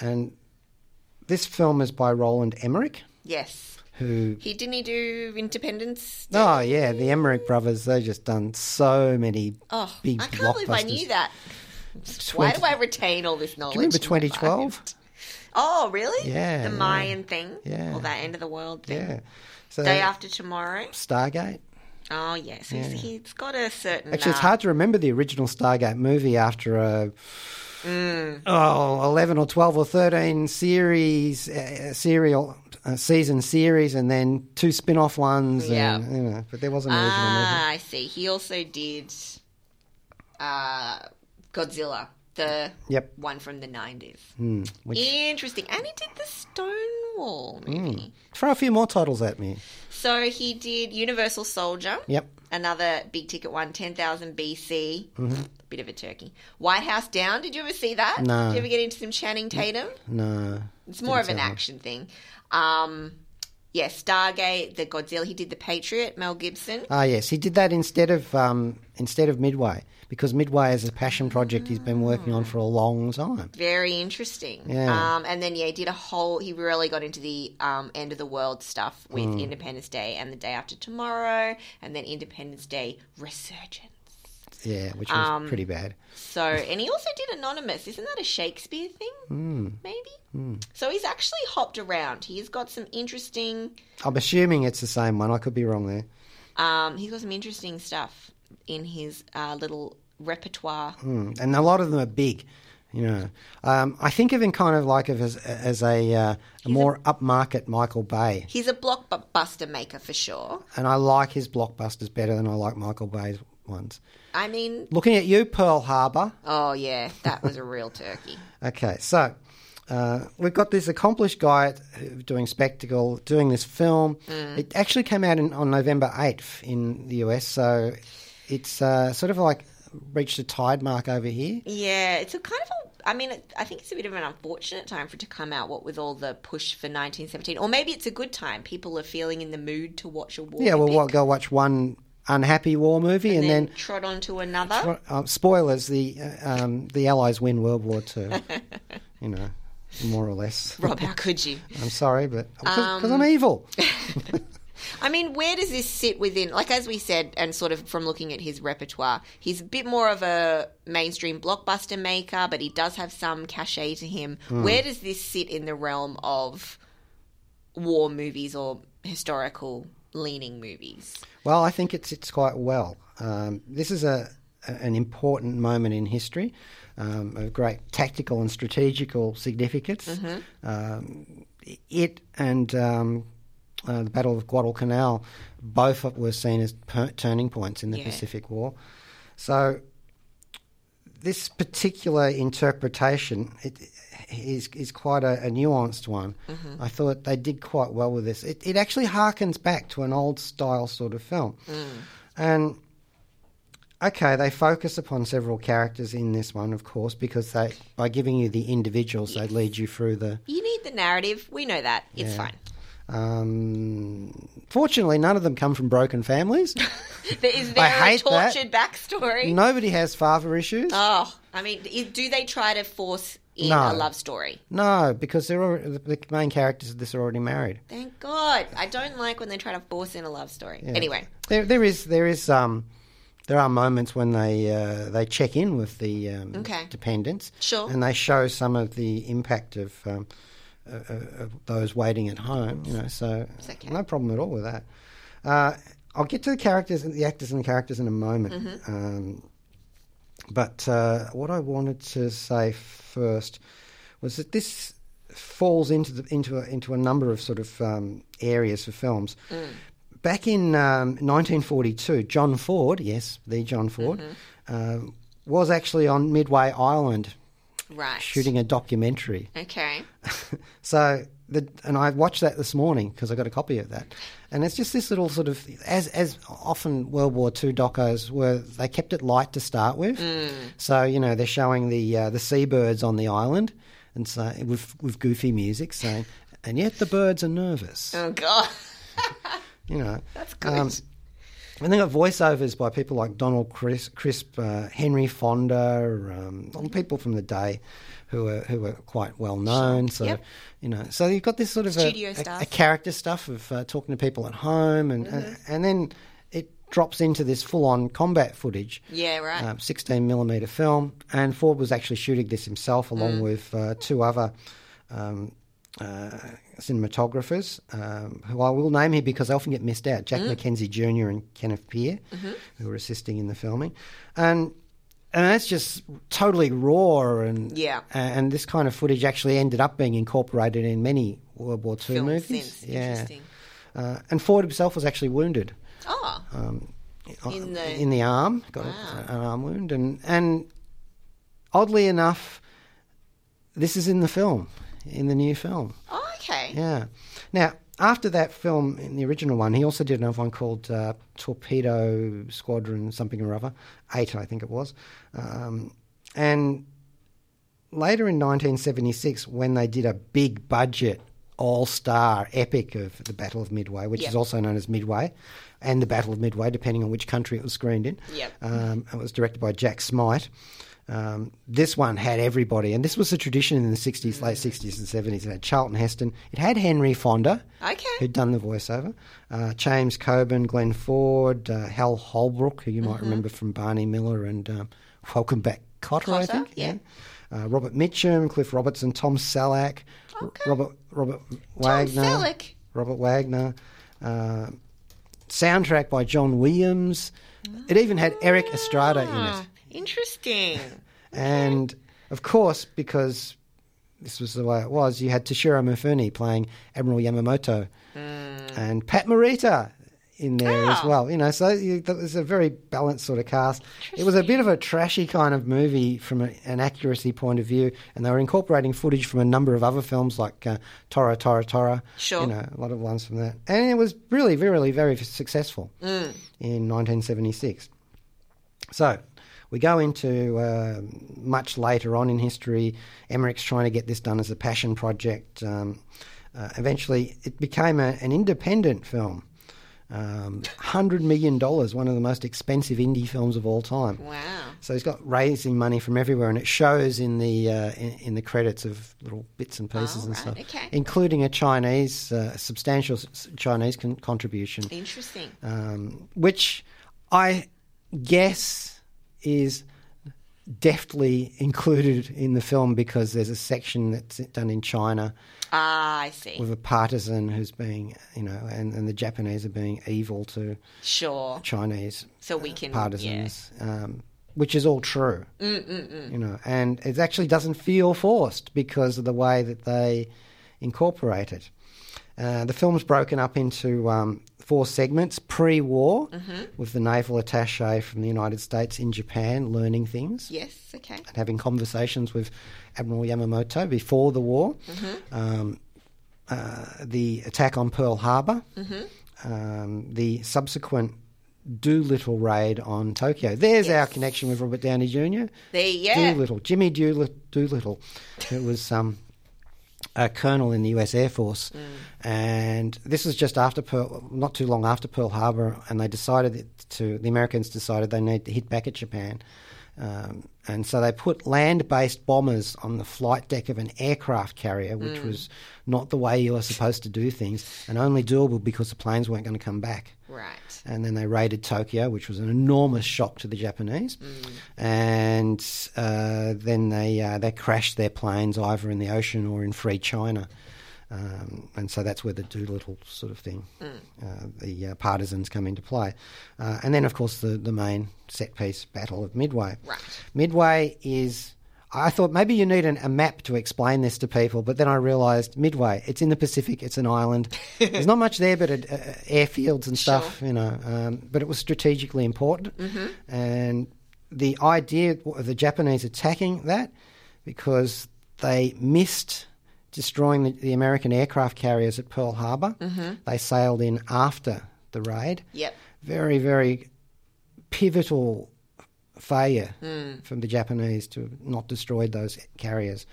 [SPEAKER 1] And this film is by Roland Emmerich,
[SPEAKER 2] Yes.
[SPEAKER 1] who.
[SPEAKER 2] He didn't he do Independence? Day?
[SPEAKER 1] Oh, yeah, the Emmerich brothers, they've just done so many
[SPEAKER 2] Oh,
[SPEAKER 1] big
[SPEAKER 2] I can't believe I knew
[SPEAKER 1] blockbusters.
[SPEAKER 2] that. Why do
[SPEAKER 1] 20
[SPEAKER 2] I retain all this knowledge?
[SPEAKER 1] Do you remember
[SPEAKER 2] in my
[SPEAKER 1] 2012?
[SPEAKER 2] mind? Oh, really?
[SPEAKER 1] Yeah,
[SPEAKER 2] The
[SPEAKER 1] yeah.
[SPEAKER 2] Mayan thing?
[SPEAKER 1] Yeah.
[SPEAKER 2] Or that end of the world thing?
[SPEAKER 1] Yeah. So
[SPEAKER 2] Day after tomorrow?
[SPEAKER 1] Stargate.
[SPEAKER 2] Oh, yes. He's, he's got a certain.
[SPEAKER 1] Actually, it's
[SPEAKER 2] uh,
[SPEAKER 1] hard to remember the original Stargate movie after a
[SPEAKER 2] Mm.
[SPEAKER 1] oh, 11 or 12 or 13 series, uh, serial uh, season series, and then two spin off ones.
[SPEAKER 2] Yeah.
[SPEAKER 1] And, you know, but there was an original movie.
[SPEAKER 2] Ah, I see. He also did uh, Godzilla. the
[SPEAKER 1] Yep. Mm. Hmm.
[SPEAKER 2] one from the 90s.
[SPEAKER 1] Which
[SPEAKER 2] Interesting. And he did the Stonewall movie.
[SPEAKER 1] throw a few more titles at me.
[SPEAKER 2] So he did Universal Soldier.
[SPEAKER 1] Yep.
[SPEAKER 2] Another big ticket one, 10,000 BC.
[SPEAKER 1] Mm-hmm.
[SPEAKER 2] Bit of a turkey. White House Down. Did you ever see that?
[SPEAKER 1] No.
[SPEAKER 2] Did you ever get into some Channing Tatum?
[SPEAKER 1] No.
[SPEAKER 2] It's more of
[SPEAKER 1] Didn't
[SPEAKER 2] an
[SPEAKER 1] sound
[SPEAKER 2] action thing. Um, yeah, Stargate, the Godzilla. He did the Patriot, Mel Gibson.
[SPEAKER 1] Ah, yes, he did that instead of um, instead of Midway because Midway is a passion project he's been working on for a long time.
[SPEAKER 2] Very interesting.
[SPEAKER 1] Yeah.
[SPEAKER 2] Um, and then yeah, he did a whole. He really got into the um, end of the world stuff with
[SPEAKER 1] Mm.
[SPEAKER 2] Independence Day and the Day After Tomorrow, and then Independence Day Resurgence.
[SPEAKER 1] Yeah, which was pretty bad.
[SPEAKER 2] So, and he also did Anonymous. Isn't that a Shakespeare thing?
[SPEAKER 1] Hmm.
[SPEAKER 2] Mm. Maybe. So he's actually hopped around. He's got some interesting.
[SPEAKER 1] I'm assuming it's the same one. I could be wrong there.
[SPEAKER 2] Um, he's got some interesting stuff in his uh, little repertoire.
[SPEAKER 1] Mm, And a lot of them are big. You know, um, I think of him kind of like of as, as a, uh, a more upmarket Michael Bay,
[SPEAKER 2] He's a blockbuster maker for sure.
[SPEAKER 1] and I like his blockbusters better than I like Michael Bay's ones.
[SPEAKER 2] I mean,
[SPEAKER 1] Looking at you, Pearl Harbor.
[SPEAKER 2] oh yeah, that was a real turkey.
[SPEAKER 1] Okay, so uh, we've got this accomplished guy at- doing spectacle, doing this film. It actually came out in, on November 8th in the US, so it's uh, sort of like reached a tide mark over here.
[SPEAKER 2] Yeah, it's a kind of a. I mean, it- I think it's a bit of an unfortunate time for it to come out. What with all the push for 1917, or maybe it's a good time. People are feeling in the mood to watch a war.
[SPEAKER 1] Yeah, well,
[SPEAKER 2] epic
[SPEAKER 1] we'll go watch one unhappy war movie and,
[SPEAKER 2] and then,
[SPEAKER 1] then.
[SPEAKER 2] trot on to another.
[SPEAKER 1] uh, spoilers: the uh, um, the Allies win World War Two, you know, more or less.
[SPEAKER 2] Rob, how could you?
[SPEAKER 1] I'm sorry, but because I'm evil.
[SPEAKER 2] I mean, where does this sit within? Like as we said, and sort of from looking at his repertoire, he's a bit more of a mainstream blockbuster maker, but he does have some cachet to him.
[SPEAKER 1] Hmm.
[SPEAKER 2] Where does this sit in the realm of war movies or historical leaning movies?
[SPEAKER 1] Well, I think it sits quite well. Um, this is a, a- an important moment in history um, of great tactical and strategical significance. Um, it and um, uh, the Battle of Guadalcanal both were seen as per- turning points in the
[SPEAKER 2] Yeah.
[SPEAKER 1] Pacific War. So this particular interpretation it is is quite a, a nuanced one. I thought they did quite well with this. It, it actually harkens back to an old style sort of film, and okay, they focus upon several characters in this one, of course, because they by giving you the individuals, they lead you through the.
[SPEAKER 2] You need the narrative. We know that. It's fine.
[SPEAKER 1] Um, fortunately, none of them come from broken families.
[SPEAKER 2] There is there a
[SPEAKER 1] hate that.
[SPEAKER 2] tortured backstory?
[SPEAKER 1] Nobody has father issues.
[SPEAKER 2] Oh, I mean, i- do they try to force in
[SPEAKER 1] No.
[SPEAKER 2] a love story?
[SPEAKER 1] no, because they're already, the- the main characters of this are already married.
[SPEAKER 2] Thank God. I don't like when they try to force in a love story. Anyway,
[SPEAKER 1] There, there is, there is, um, there are moments when they uh, they check in with the um,
[SPEAKER 2] Okay.
[SPEAKER 1] dependents,
[SPEAKER 2] Sure.
[SPEAKER 1] and they show some of the impact of um, uh, of those waiting at home. You know, so
[SPEAKER 2] okay.
[SPEAKER 1] no problem at all with that. Uh, I'll get to the characters, and the actors and characters in a moment.
[SPEAKER 2] Mm-hmm.
[SPEAKER 1] Um, but uh, what I wanted to say first was that this falls into the, into a, into a number of sort of um, areas for films.
[SPEAKER 2] Mm.
[SPEAKER 1] Back in um, 1942, John Ford, yes, the John Ford,
[SPEAKER 2] Mm-hmm.
[SPEAKER 1] um, was actually on Midway Island
[SPEAKER 2] right.
[SPEAKER 1] shooting a documentary.
[SPEAKER 2] Okay.
[SPEAKER 1] So, the, and I watched that this morning because I got a copy of that, and it's just this little sort of as as often World War II docos were. They kept it light to start with, so you know they're showing the uh, the seabirds on the island, and so with with goofy music saying, and yet the birds are nervous,
[SPEAKER 2] Oh, God.
[SPEAKER 1] you know. Um,
[SPEAKER 2] That's good.
[SPEAKER 1] And they got voiceovers by people like Donald Crisp, Crisp uh, Henry Fonda, um, all people from the day who are who are quite well known. So
[SPEAKER 2] Yep.
[SPEAKER 1] you know, so you've got this sort of a-
[SPEAKER 2] Studio
[SPEAKER 1] a,
[SPEAKER 2] stuff.
[SPEAKER 1] a character stuff of uh, talking to people at home, and uh,
[SPEAKER 2] Mm-hmm.
[SPEAKER 1] and then it drops into this full-on combat footage.
[SPEAKER 2] Yeah, right.
[SPEAKER 1] Um, 16 millimeter film, and Ford was actually shooting this himself
[SPEAKER 2] Mm.
[SPEAKER 1] along with uh, two other um, uh, cinematographers, um, who I will name here because they often get missed out
[SPEAKER 2] Mm.
[SPEAKER 1] Jack McKenzie Jr. and Kenneth Peer,
[SPEAKER 2] Mm-hmm.
[SPEAKER 1] who were assisting in the filming. And and that's just totally raw and
[SPEAKER 2] Yeah.
[SPEAKER 1] and this kind of footage actually ended up being incorporated in many World War II
[SPEAKER 2] Film
[SPEAKER 1] movies.
[SPEAKER 2] sense. Interesting.
[SPEAKER 1] Uh, and Ford himself was actually wounded
[SPEAKER 2] Oh.
[SPEAKER 1] um,
[SPEAKER 2] In the-
[SPEAKER 1] in the arm, got
[SPEAKER 2] Wow.
[SPEAKER 1] a, an arm wound, and and oddly enough, this is in the film, in the new film.
[SPEAKER 5] Oh, okay.
[SPEAKER 1] Yeah. Now, after that film, in the original one, he also did another one called uh, Torpedo Squadron, something or other, eight, I think it was. Um, and later in 1976, when they did a big budget all star epic of the Battle of Midway, which
[SPEAKER 5] Yep.
[SPEAKER 1] is also known as Midway, and the Battle of Midway, depending on which country it was screened in.
[SPEAKER 5] Yep.
[SPEAKER 1] Um, it was directed by Jack Smite. Um, this one had everybody, and this was a tradition in the 60s,
[SPEAKER 5] Mm.
[SPEAKER 1] late 60s and 70s. It had Charlton Heston, it had Henry Fonda,
[SPEAKER 5] Okay.
[SPEAKER 1] who'd done the voiceover, uh, James Coburn, Glenn Ford, uh, Hal Holbrook, who you
[SPEAKER 5] Mm-hmm.
[SPEAKER 1] might remember from Barney Miller and um, Welcome Back Cotter, I
[SPEAKER 5] Cotter,
[SPEAKER 1] think.
[SPEAKER 5] yeah.
[SPEAKER 1] Uh, Robert Mitchum, Cliff Robertson, Tom Selleck, R-
[SPEAKER 5] Okay.
[SPEAKER 1] Robert Robert Wagner,
[SPEAKER 5] Selleck.
[SPEAKER 1] Robert Wagner, uh, soundtrack by John Williams. It even had Eric Estrada in it,
[SPEAKER 5] Ah, interesting.
[SPEAKER 1] and of course, because this was the way it was, you had Toshiro Mifune playing Admiral Yamamoto, and Pat Morita in there as
[SPEAKER 5] Oh.
[SPEAKER 1] well. You know, so you, that was a very balanced sort of cast. It was a bit of a trashy kind of movie from a, an accuracy point of view, and they were incorporating footage from a number of other films like uh, Tora Tora Tora.
[SPEAKER 5] Sure.
[SPEAKER 1] you know, a lot of ones from that, and it was really, really, very successful in 1976. So we go into uh, much later on in history. Emmerich's trying to get this done as a passion project. Um, uh, eventually, it became a, an independent film. Um, $100 million, one of the most expensive indie films of all time.
[SPEAKER 5] Wow.
[SPEAKER 1] So he's got raising money from everywhere, and it shows in the uh, in, in the credits of little bits and pieces and
[SPEAKER 5] Oh, right,
[SPEAKER 1] stuff,
[SPEAKER 5] okay.
[SPEAKER 1] including a Chinese uh, substantial s- Chinese con- contribution
[SPEAKER 5] Interesting.
[SPEAKER 1] um, which I guess is deftly included in the film because there's a section that's done in China
[SPEAKER 5] ah, I see.
[SPEAKER 1] with a partisan who's being, you know, and, and the Japanese are being evil to
[SPEAKER 5] Sure.
[SPEAKER 1] Chinese
[SPEAKER 5] So we can. Yeah.
[SPEAKER 1] partisans, um, which is all true. Mm-mm-mm. You know, and it actually doesn't feel forced because of the way that they incorporate it. Uh, the film's broken up into um, four segments pre-war, with the naval attaché from the United States in Japan learning things
[SPEAKER 5] Yes. Okay.
[SPEAKER 1] and having conversations with Admiral Yamamoto before the war, um, uh, the attack on Pearl harbor um, the subsequent Doolittle raid on Tokyo. There's our connection with Robert Downey Jr.
[SPEAKER 5] There. Yeah.
[SPEAKER 1] Doolittle, Jimmy Doolittle, Doolittle who was um, a colonel in the U.S. Air Force, and this was just after Pearl, not too long after Pearl Harbor, and they decided that to the Americans decided they need to hit back at Japan, um, and so they put land-based bombers on the flight deck of an aircraft carrier, which was not the way you were supposed to do things, and only doable because the planes weren't going to come back
[SPEAKER 5] Right.
[SPEAKER 1] and then they raided Tokyo, which was an enormous shock to the Japanese. And uh, then they uh, they crashed their planes either in the ocean or in free China. Um, and so that's where the Doolittle sort of thing, uh, the uh, partisans come into play. Uh, and then, of course, the, the main set piece, Battle of Midway.
[SPEAKER 5] Right.
[SPEAKER 1] Midway is. I thought maybe you need an, a map to explain this to people, but then I realised Midway, it's in the Pacific, it's an island. There's not much there, but it, uh, airfields and stuff, you know. Um, but it was strategically important, and the idea of the Japanese attacking that because they missed destroying the, the American aircraft carriers at Pearl Harbor. They sailed in after the raid.
[SPEAKER 5] Yep.
[SPEAKER 1] Very, very pivotal failure from the Japanese to have not destroyed those carriers.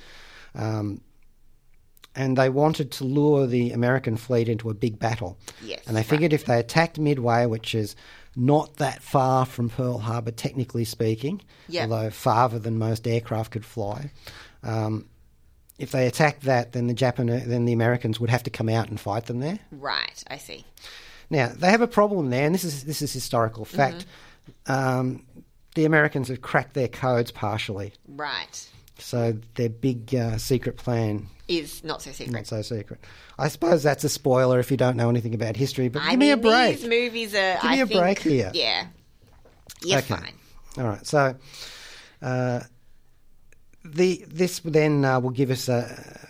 [SPEAKER 1] Um, and they wanted to lure the American fleet into a big battle.
[SPEAKER 5] Yes,
[SPEAKER 1] And they figured if they attacked Midway, which is not that far from Pearl Harbor, technically speaking,
[SPEAKER 5] Yep.
[SPEAKER 1] although farther than most aircraft could fly, um, if they attacked that, then the Japan, then the Americans would have to come out and fight them there.
[SPEAKER 5] Right. I see.
[SPEAKER 1] Now they have a problem there, and this is this is historical fact.
[SPEAKER 5] Mm-hmm.
[SPEAKER 1] Um, the Americans have cracked their codes partially,
[SPEAKER 5] Right.
[SPEAKER 1] so their big uh, secret plan
[SPEAKER 5] Is not so
[SPEAKER 1] not
[SPEAKER 5] secret.
[SPEAKER 1] so secret. I suppose that's a spoiler if you don't know anything about history. But
[SPEAKER 5] I
[SPEAKER 1] give
[SPEAKER 5] mean,
[SPEAKER 1] me a break.
[SPEAKER 5] these movies are.
[SPEAKER 1] Give
[SPEAKER 5] I
[SPEAKER 1] me a
[SPEAKER 5] think,
[SPEAKER 1] break here.
[SPEAKER 5] Yeah. You're
[SPEAKER 1] Okay.
[SPEAKER 5] fine.
[SPEAKER 1] All right. So, uh, the this then uh, will give us a,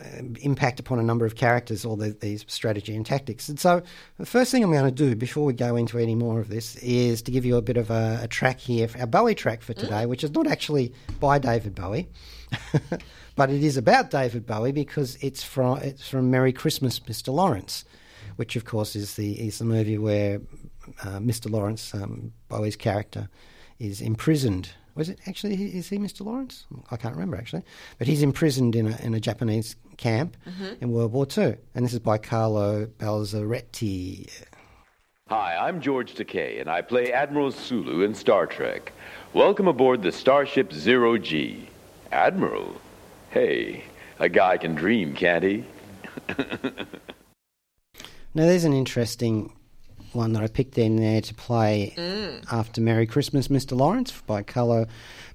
[SPEAKER 1] impact upon a number of characters or the, these strategy and tactics. And so, the first thing I'm going to do before we go into any more of this is to give you a bit of a, a track here, our Bowie track for today, which is not actually by David Bowie, but it is about David Bowie because it's from it's from Merry Christmas, Mr. Lawrence, which of course is the is the movie where uh, Mr. Lawrence um, Bowie's character is imprisoned. Was it actually? Is he Mr. Lawrence? I can't remember actually, but he's imprisoned in a, in a Japanese camp in World War Two, and this is by Carlo Balzaretti.
[SPEAKER 6] Hi, I'm George Takei, and I play Admiral Sulu in Star Trek. Welcome aboard the starship Zero G. Admiral? Hey, a guy can dream, can't he?
[SPEAKER 1] Now, there's an interesting one that I picked in there to play
[SPEAKER 5] Mm.
[SPEAKER 1] after Merry Christmas, Mr. Lawrence by Carlo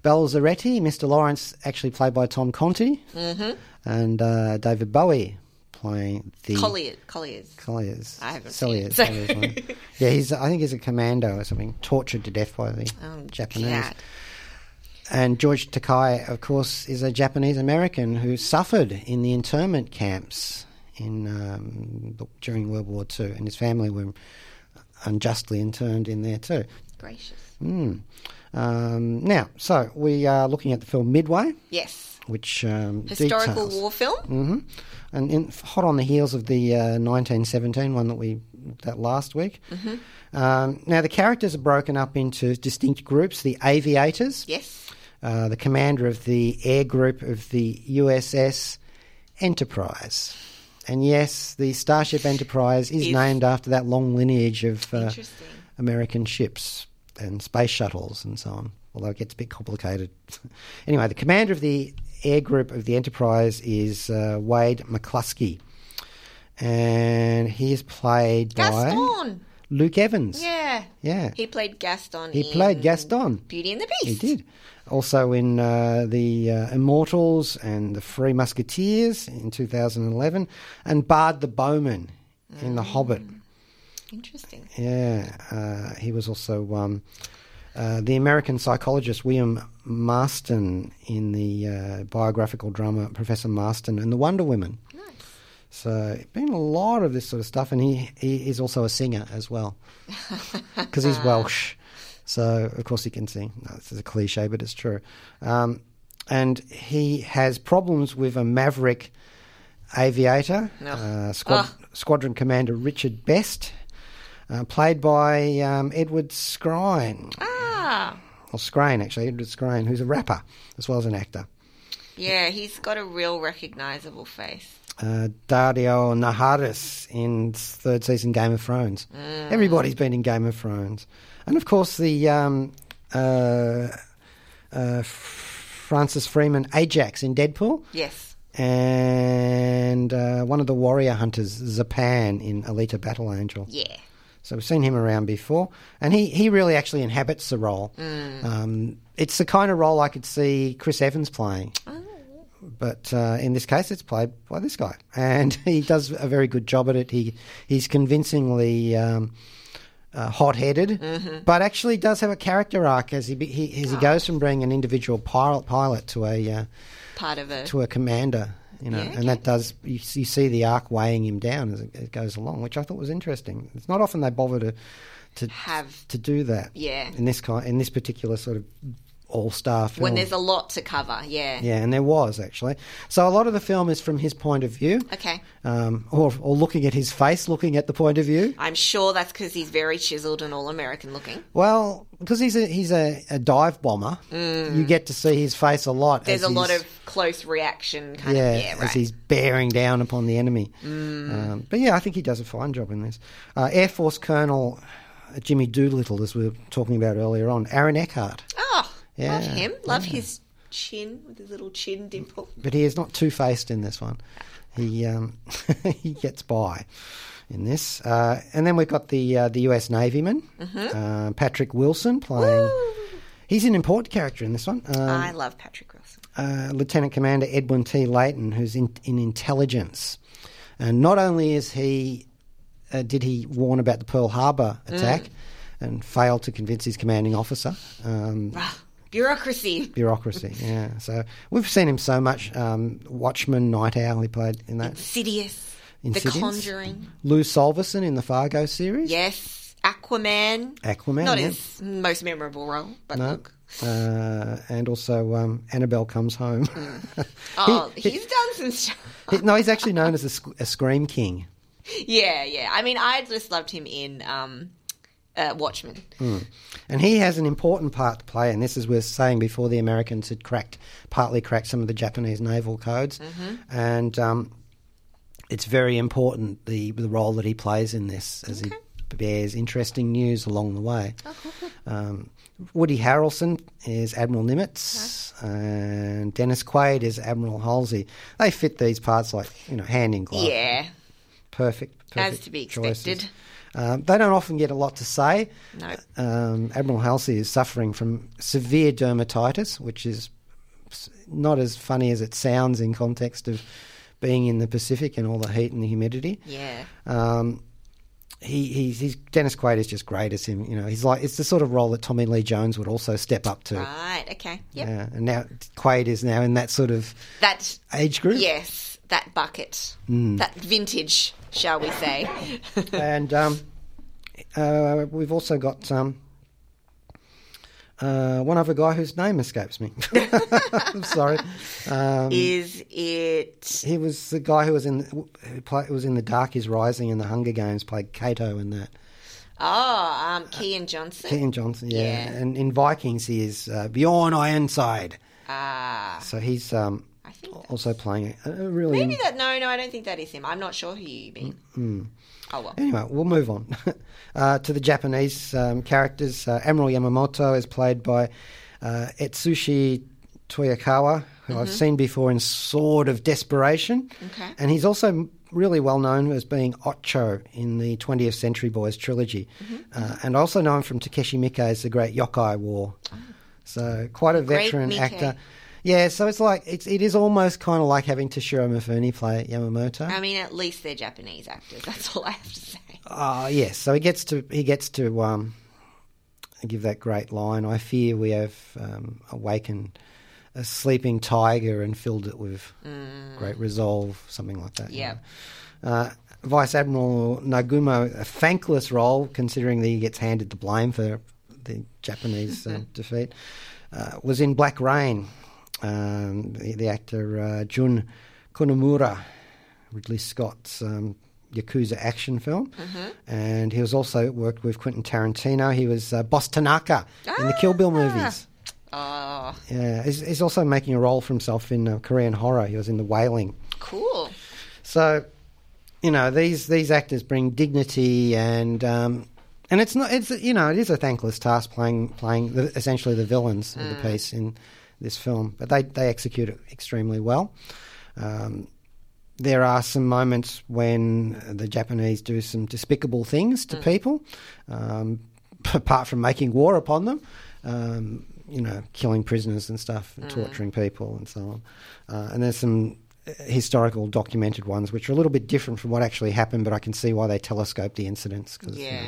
[SPEAKER 1] Balzaretti. Mr. Lawrence, actually played by Tom Conti,
[SPEAKER 5] Mm-hmm.
[SPEAKER 1] and uh, David Bowie playing the
[SPEAKER 5] Collier, Colliers.
[SPEAKER 1] Colliers.
[SPEAKER 5] I haven't
[SPEAKER 1] Selliers,
[SPEAKER 5] seen it,
[SPEAKER 1] Selliers
[SPEAKER 5] so-
[SPEAKER 1] one. yeah, he's. I think he's a commando or something, tortured to death by the
[SPEAKER 5] Oh,
[SPEAKER 1] Japanese.
[SPEAKER 5] cat.
[SPEAKER 1] And George Takai, of course, is a Japanese American who suffered in the internment camps in um, the- during World War II, and his family were unjustly interned in there too.
[SPEAKER 5] Gracious.
[SPEAKER 1] Mm. Um, now, so we are looking at the film Midway,
[SPEAKER 5] Yes.
[SPEAKER 1] which um,
[SPEAKER 5] Historical
[SPEAKER 1] details-
[SPEAKER 5] war film.
[SPEAKER 1] hmm And in, hot on the heels of the uh, 1917 one that we looked at last week.
[SPEAKER 5] Mm-hmm.
[SPEAKER 1] Um, now, the characters are broken up into distinct groups the aviators,
[SPEAKER 5] Yes.
[SPEAKER 1] uh, the commander of the air group of the USS Enterprise. And yes, the Starship Enterprise is
[SPEAKER 5] Is-
[SPEAKER 1] named after that long lineage of uh,
[SPEAKER 5] Interesting.
[SPEAKER 1] American ships and space shuttles and so on, although it gets a bit complicated. anyway, the commander of the air group of the Enterprise is uh, Wade McCluskey. And he is played by
[SPEAKER 5] Gaston.
[SPEAKER 1] Luke Evans.
[SPEAKER 5] Yeah.
[SPEAKER 1] Yeah.
[SPEAKER 5] He played Gaston.
[SPEAKER 1] He played
[SPEAKER 5] in
[SPEAKER 1] Gaston.
[SPEAKER 5] Beauty and the Beast.
[SPEAKER 1] He did. Also in uh, the uh, Immortals and the Three Musketeers in 2011, and Bard the Bowman in The Hobbit.
[SPEAKER 5] Interesting.
[SPEAKER 1] Yeah, uh, he was also um, uh, the American psychologist William Marston in the uh, biographical drama Professor Marston and the Wonder Women.
[SPEAKER 5] Nice.
[SPEAKER 1] So, been a lot of this sort of stuff, and he, he is also a singer as well because he's Welsh. So, of course, he can sing. No, this is a cliche, but it's true. Um, and he has problems with a maverick aviator, uh, squad, squadron commander Richard Best, uh, played by um, Edward Scrine,
[SPEAKER 5] Ah.
[SPEAKER 1] or Scrine, actually, Edward Scrine, who's a rapper as well as an actor.
[SPEAKER 5] Yeah, he's got a real recognizable face.
[SPEAKER 1] uh, Dario Naharis in third season Game of Thrones. Everybody's been in Game of Thrones, and of course the um, uh, uh, Francis Freeman Ajax in Deadpool,
[SPEAKER 5] Yes.
[SPEAKER 1] and uh, one of the warrior hunters Zapan in Alita: Battle Angel.
[SPEAKER 5] Yeah.
[SPEAKER 1] So we've seen him around before, and he, he really actually inhabits the role. Um, it's the kind of role I could see Chris Evans playing, but uh, in this case, it's played by this guy, and he does a very good job at it. He he's convincingly. Um, uh, hot-headed, but actually does have a character arc as he, be- he as he goes from being an individual pilot pilot to a uh,
[SPEAKER 5] Part of a
[SPEAKER 1] to a commander, you know,
[SPEAKER 5] Yeah, okay.
[SPEAKER 1] and that does you, you see the arc weighing him down as it, it goes along, which I thought was interesting. It's not often they bother to to
[SPEAKER 5] Have-
[SPEAKER 1] to do that.
[SPEAKER 5] Yeah.
[SPEAKER 1] in this kind, in this particular sort of all star film.
[SPEAKER 5] when there's a lot to cover. Yeah.
[SPEAKER 1] yeah, and there was actually. So a lot of the film is from his point of view.
[SPEAKER 5] Okay.
[SPEAKER 1] Um, or, or looking at his face, looking at the point of view.
[SPEAKER 5] I'm sure that's because he's very chiseled and all American looking.
[SPEAKER 1] Well, because he's a he's a, a dive bomber, you get to see his face a lot.
[SPEAKER 5] Mm. There's
[SPEAKER 1] as
[SPEAKER 5] a lot
[SPEAKER 1] he's-
[SPEAKER 5] of close reaction kind
[SPEAKER 1] yeah,
[SPEAKER 5] of. Yeah, right. Mm.
[SPEAKER 1] as he's bearing down upon the enemy. Um, but yeah, I think he does a fine job in this. Uh, Air Force Colonel Jimmy Doolittle, as we were talking about earlier on, Aaron Eckhart,
[SPEAKER 5] Oh, love
[SPEAKER 1] Yeah,
[SPEAKER 5] him. Love his chin with his little chin dimple.
[SPEAKER 1] but he is not two faced in this one. He um, he gets by in this, uh, and then we've got the uh, the U.S. Navyman,
[SPEAKER 5] Mm-hmm.
[SPEAKER 1] uh, Patrick Wilson playing. He's an important character in this one. Um,
[SPEAKER 5] I love Patrick Wilson.
[SPEAKER 1] uh, Lieutenant Commander Edwin T. Layton, who's in, in intelligence. And not only is he uh, did he warn
[SPEAKER 5] Mm.
[SPEAKER 1] about the Pearl Harbor attack and failed to convince his commanding officer, um,
[SPEAKER 5] Bureaucracy.
[SPEAKER 1] bureaucracy. Yeah. So we've seen him so much. Um, Watchmen, Night Owl, he played in that.
[SPEAKER 5] Insidious.
[SPEAKER 1] Insidious.
[SPEAKER 5] The Conjuring.
[SPEAKER 1] Lou Solverson in the Fargo series.
[SPEAKER 5] Yes. Aquaman.
[SPEAKER 1] Aquaman.
[SPEAKER 5] Not
[SPEAKER 1] yeah.
[SPEAKER 5] his most memorable role, but
[SPEAKER 1] No.
[SPEAKER 5] look.
[SPEAKER 1] Uh, and also um, Annabelle Comes Home.
[SPEAKER 5] Oh,
[SPEAKER 1] He- he-
[SPEAKER 5] he's done some stuff.
[SPEAKER 1] He- no, he's actually known as a, sc- a Scream King.
[SPEAKER 5] Yeah, yeah. I mean, I just loved him in um, uh, Watchmen.
[SPEAKER 1] Mm. And he has an important part to play, and this is worth saying before the Americans had cracked, partly cracked some of the Japanese naval codes. And um, it's very important the, the role that he plays in this as he bears interesting news along the way. Um, Woody Harrelson is Admiral Nimitz, and Dennis Quaid is Admiral Halsey. They fit these parts like, you know, hand in glove.
[SPEAKER 5] Yeah.
[SPEAKER 1] Perfect, perfect.
[SPEAKER 5] As to be
[SPEAKER 1] choices.
[SPEAKER 5] expected.
[SPEAKER 1] Um, they don't often get a lot to say.
[SPEAKER 5] No.
[SPEAKER 1] Um, Admiral Halsey is suffering from severe dermatitis, which is s- not as funny as it sounds in context of being in the Pacific and all the heat and the humidity.
[SPEAKER 5] Yeah.
[SPEAKER 1] Um, he, he's, he's Dennis Quaid is just great as him. You know, he's like it's the sort of role that Tommy Lee Jones would also step up to.
[SPEAKER 5] Right. Okay. Ah, Yep.
[SPEAKER 1] Uh, Yeah, and now Quaid is now in that sort of
[SPEAKER 5] That.
[SPEAKER 1] age group.
[SPEAKER 5] Yes. That bucket.
[SPEAKER 1] Mm.
[SPEAKER 5] That vintage, shall we say?
[SPEAKER 1] and um, uh, we've also got um, uh, one other guy whose name escapes me. I'm sorry. Um,
[SPEAKER 5] Is it?
[SPEAKER 1] he was the guy who was in who play, who was in the Dark is Rising and the Hunger Games, played Cato in that.
[SPEAKER 5] Oh, um, Kean Johnson.
[SPEAKER 1] Ian Johnson, yeah.
[SPEAKER 5] Yeah.
[SPEAKER 1] And in Vikings, he is uh, Bjorn Ironside.
[SPEAKER 5] Ah,
[SPEAKER 1] So he's um,
[SPEAKER 5] I think that-
[SPEAKER 1] also playing a a really.
[SPEAKER 5] maybe that. No, no, I don't think that is him. I'm not sure who you mean.
[SPEAKER 1] Mm.
[SPEAKER 5] Oh well.
[SPEAKER 1] Anyway, we'll move on uh, to the Japanese um, characters. Uh, Admiral Yamamoto is played by uh, Etsushi Toyokawa, who I've seen before in Sword of Desperation.
[SPEAKER 5] Mm-hmm. Okay.
[SPEAKER 1] And he's also m- really well known as being Ocho in the 20th Century Boys trilogy.
[SPEAKER 5] Mm-hmm.
[SPEAKER 1] Uh, and I also know him from Takeshi Miike's The Great Yokai War. So quite a
[SPEAKER 5] Oh. Great
[SPEAKER 1] veteran
[SPEAKER 5] Miike.
[SPEAKER 1] actor. Yeah, so it's like it's it is almost kind of like having Toshiro Mifune play Yamamoto.
[SPEAKER 5] I mean, at least they're Japanese actors. That's all I have to say.
[SPEAKER 1] Ah, yes. So he gets to he gets to um, give that great line. I fear we have um, awakened a sleeping tiger and filled it with great resolve, something like that. you
[SPEAKER 5] Yeah.
[SPEAKER 1] know. Uh, Vice Admiral Nagumo, a thankless role considering that he gets handed the blame for the Japanese uh, defeat, uh, was in Black Rain. Um, the, the actor uh, Jun Kunimura, Ridley Scott's um, Yakuza action film, and he was also worked with Quentin Tarantino. He was uh, Boss Tanaka in the Kill Bill movies.
[SPEAKER 5] Oh,
[SPEAKER 1] Yeah, he's, he's also making a role for himself in uh, Korean horror. He was in The Wailing.
[SPEAKER 5] cool.
[SPEAKER 1] So, you know, these these actors bring dignity and um, and it's not it's you know it is a thankless task playing playing the, essentially the villains of the piece in this film, but they they execute it extremely well. Um, there are some moments when the Japanese do some despicable things to people, um, apart from making war upon them, um, you know, killing prisoners and stuff, and torturing people and so on. Uh, and there's some uh, historical documented ones which are a little bit different from what actually happened, but I can see why they telescoped the incidents. Cause, you know,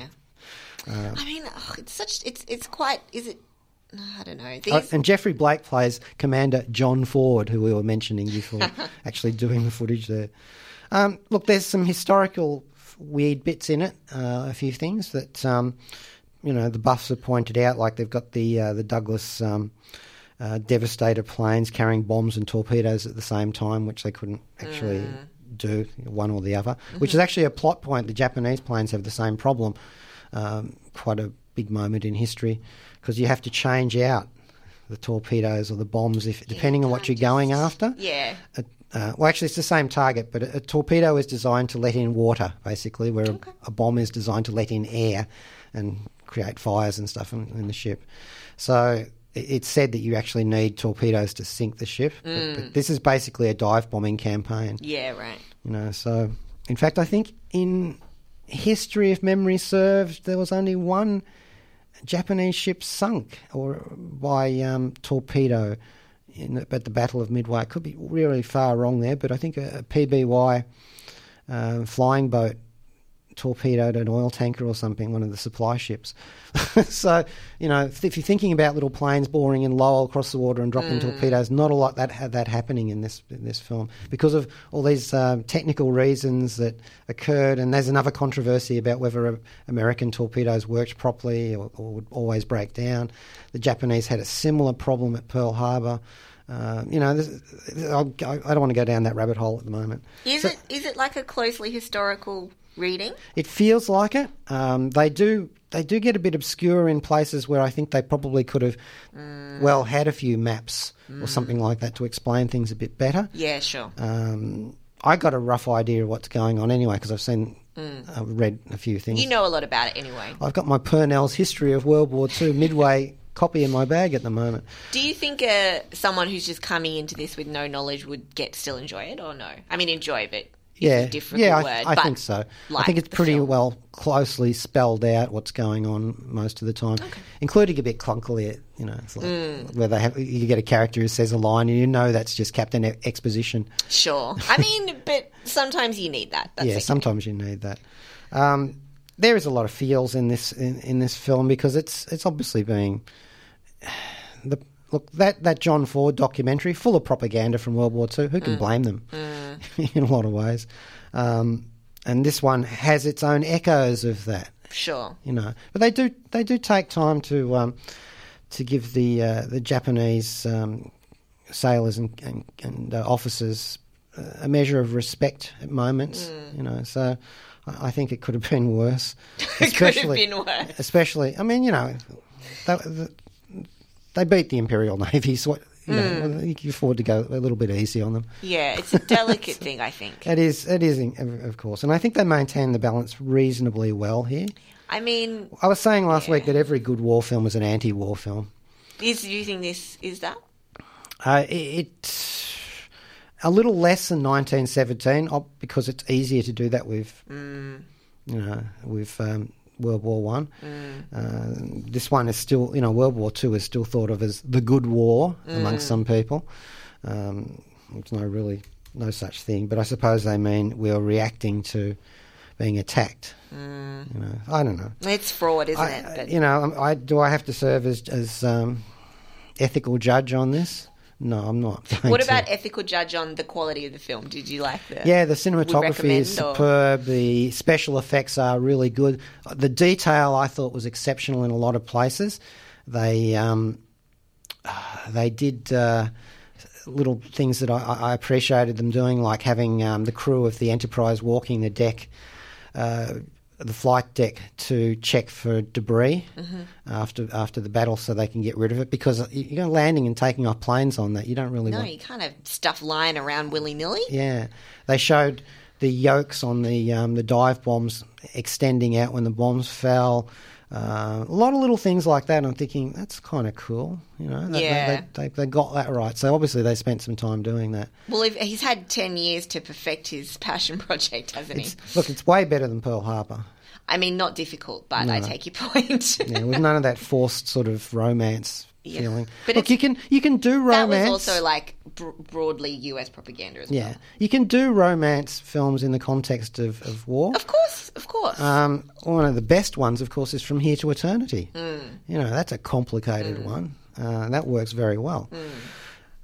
[SPEAKER 5] Yeah.
[SPEAKER 1] Uh,
[SPEAKER 5] I mean, ugh, it's such. It's it's quite. Is it? I don't know. These,
[SPEAKER 1] Oh, and Jeffrey Blake plays Commander John Ford, who we were mentioning before, actually doing the footage there. Um, look, there's some historical f- weird bits in it, uh, a few things that um, you know the buffs have pointed out, like they've got the uh, the Douglas um, uh, Devastator planes carrying bombs and torpedoes at the same time, which they couldn't actually. Do one or the other, which is actually a plot point. The Japanese planes have the same problem. Um, quite a big moment in history because you have to change out the torpedoes or the bombs, if depending on what you're going after.
[SPEAKER 5] yeah.
[SPEAKER 1] A- uh, well, actually, it's the same target, but a, a torpedo is designed to let in water, basically, where a, a bomb is designed to let in air and create fires and stuff in, in the ship. So it, it's said that you actually need torpedoes to sink the ship. but- But, this is basically a dive bombing campaign,
[SPEAKER 5] Yeah. Right.
[SPEAKER 1] you know. So, in fact, I think in history, if memory serves, there was only one Japanese ship sunk or by um, torpedo in the, at the Battle of Midway. Could be uh, really far wrong there, but I think a, a PBY um, flying boat torpedoed an oil tanker or something, one of the supply ships. so, you know, if you're thinking about little planes boring in Lowell across the water and dropping torpedoes, not a lot that had that happening in this in this film because of all these um, technical reasons that occurred. And there's another controversy about whether uh, American torpedoes worked properly or, or would always break down. The Japanese had a similar problem at Pearl Harbor. Uh, you know, this, I'll, I don't want to go down that rabbit hole at the moment.
[SPEAKER 5] Is
[SPEAKER 1] So-
[SPEAKER 5] it is it like a closely historical reading?
[SPEAKER 1] it feels like it. Um, they do they do get a bit obscure in places where I think they probably could have well had a few maps or something like that to explain things a bit better.
[SPEAKER 5] Yeah, sure.
[SPEAKER 1] Um, I got a rough idea of what's going on anyway because I've seen I've read a few things.
[SPEAKER 5] you know a lot about it anyway.
[SPEAKER 1] I've got my Purnell's History of World War II midway copy in my bag at the moment.
[SPEAKER 5] Do you think uh, someone who's just coming into this with no knowledge would get still enjoy it or no? I mean, enjoy, but
[SPEAKER 1] Yeah,
[SPEAKER 5] difficult
[SPEAKER 1] yeah, I,
[SPEAKER 5] word,
[SPEAKER 1] I
[SPEAKER 5] but
[SPEAKER 1] think so. I
[SPEAKER 5] like
[SPEAKER 1] think it's
[SPEAKER 5] the
[SPEAKER 1] pretty
[SPEAKER 5] film.
[SPEAKER 1] well closely spelled out what's going on most of the time, including a bit clunkily. You know, it's like
[SPEAKER 5] Mm.
[SPEAKER 1] where they have you get a character who says a line and you know that's just Captain E- Exposition.
[SPEAKER 5] sure. I mean, but sometimes you need that. That's
[SPEAKER 1] yeah,
[SPEAKER 5] okay.
[SPEAKER 1] sometimes you need that. Um, there is a lot of feels in this in, in this film because it's it's obviously being the look that that John Ford documentary full of propaganda from World War II. Who can blame them in a lot of ways? Um, and this one has its own echoes of that
[SPEAKER 5] Sure.
[SPEAKER 1] you know. But they do they do take time to um, to give the uh, the Japanese um, sailors and and, and uh, officers uh, a measure of respect at moments, you know. So I I think it could have been worse.
[SPEAKER 5] Mm. It could have been worse.
[SPEAKER 1] Especially, I mean, you know, they, they beat the Imperial Navy, so what, you,
[SPEAKER 5] Mm.
[SPEAKER 1] know, you can afford to go a little bit easy on them.
[SPEAKER 5] Yeah, it's a delicate thing, I think.
[SPEAKER 1] It is, it is, in- of course, and I think they maintain the balance reasonably well here.
[SPEAKER 5] I mean,
[SPEAKER 1] I was saying last week that every good war film is an anti-war film.
[SPEAKER 5] is using this is that?
[SPEAKER 1] Uh, it, it a little less than 1917 ob- because it's easier to do that with you know with um, World War One. Uh, this one is still you know World War Two is still thought of as the good war amongst some people. Um, it's no really no such thing, but I suppose they mean we are reacting to being attacked. You know, I don't know.
[SPEAKER 5] It's fraud, isn't
[SPEAKER 1] I-
[SPEAKER 5] it? But
[SPEAKER 1] you know, I'm- I do. I have to serve as as um, ethical judge on this. No, I'm not. going
[SPEAKER 5] what
[SPEAKER 1] to.
[SPEAKER 5] about ethical judge on the quality of the film? Did you like the
[SPEAKER 1] Yeah, the cinematography
[SPEAKER 5] recommend
[SPEAKER 1] is
[SPEAKER 5] or-
[SPEAKER 1] superb. The special effects are really good. The detail I thought was exceptional in a lot of places. They um, they did uh, little things that I, I appreciated them doing, like having um, the crew of the Enterprise walking the deck. Uh, the flight deck to check for debris
[SPEAKER 5] Mm-hmm.
[SPEAKER 1] after after the battle, so they can get rid of it. Because you're know, landing and taking off planes on that, you don't really
[SPEAKER 5] No,
[SPEAKER 1] want
[SPEAKER 5] you can't have stuff lying around willy nilly.
[SPEAKER 1] yeah, they showed the yolks on the um, the dive bombs extending out when the bombs fell. Uh, a lot of little things like that. And I'm thinking that's kind of cool. You know, They- they-
[SPEAKER 5] Yeah.
[SPEAKER 1] they, they, they got that right. So obviously they spent some time doing that.
[SPEAKER 5] Well, if, he's had ten years to perfect his passion project, hasn't he?
[SPEAKER 1] It's, look, it's way better than Pearl Harbor.
[SPEAKER 5] I mean, not difficult, but I take your point.
[SPEAKER 1] Yeah, with none of that forced sort of romance
[SPEAKER 5] Yeah.
[SPEAKER 1] feeling.
[SPEAKER 5] But
[SPEAKER 1] look,
[SPEAKER 5] it's-
[SPEAKER 1] you can you can do
[SPEAKER 5] that
[SPEAKER 1] romance.
[SPEAKER 5] was also like br- broadly US propaganda as well.
[SPEAKER 1] yeah, you can do romance films in the context of, of war.
[SPEAKER 5] Of course, of course.
[SPEAKER 1] Um, one of the best ones, of course, is From Here to Eternity. You know, that's a complicated one. Uh, that works very well.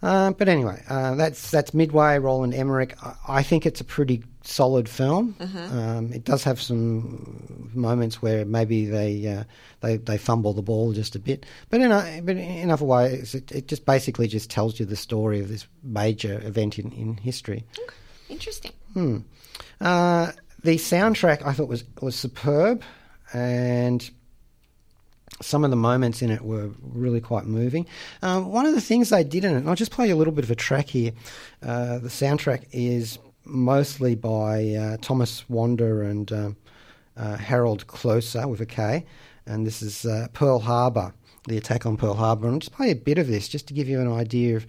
[SPEAKER 1] Uh, but anyway, uh, that's that's Midway, Roland Emmerich. I, I think it's a pretty solid film. Um, it does have some moments where maybe they uh, they they fumble the ball just a bit, but in a, but in other ways, it, it just basically just tells you the story of this major event in, in history.
[SPEAKER 5] Interesting.
[SPEAKER 1] Uh, the soundtrack I thought was was superb, and some of the moments in it were really quite moving. Um, one of the things they did in it, and I'll just play you a little bit of a track here. Uh, the soundtrack is mostly by uh, Thomas Wander and um, uh, Harold Closer with a K, and this is uh, Pearl Harbor, the attack on Pearl Harbor. And I'll just play a bit of this just to give you an idea of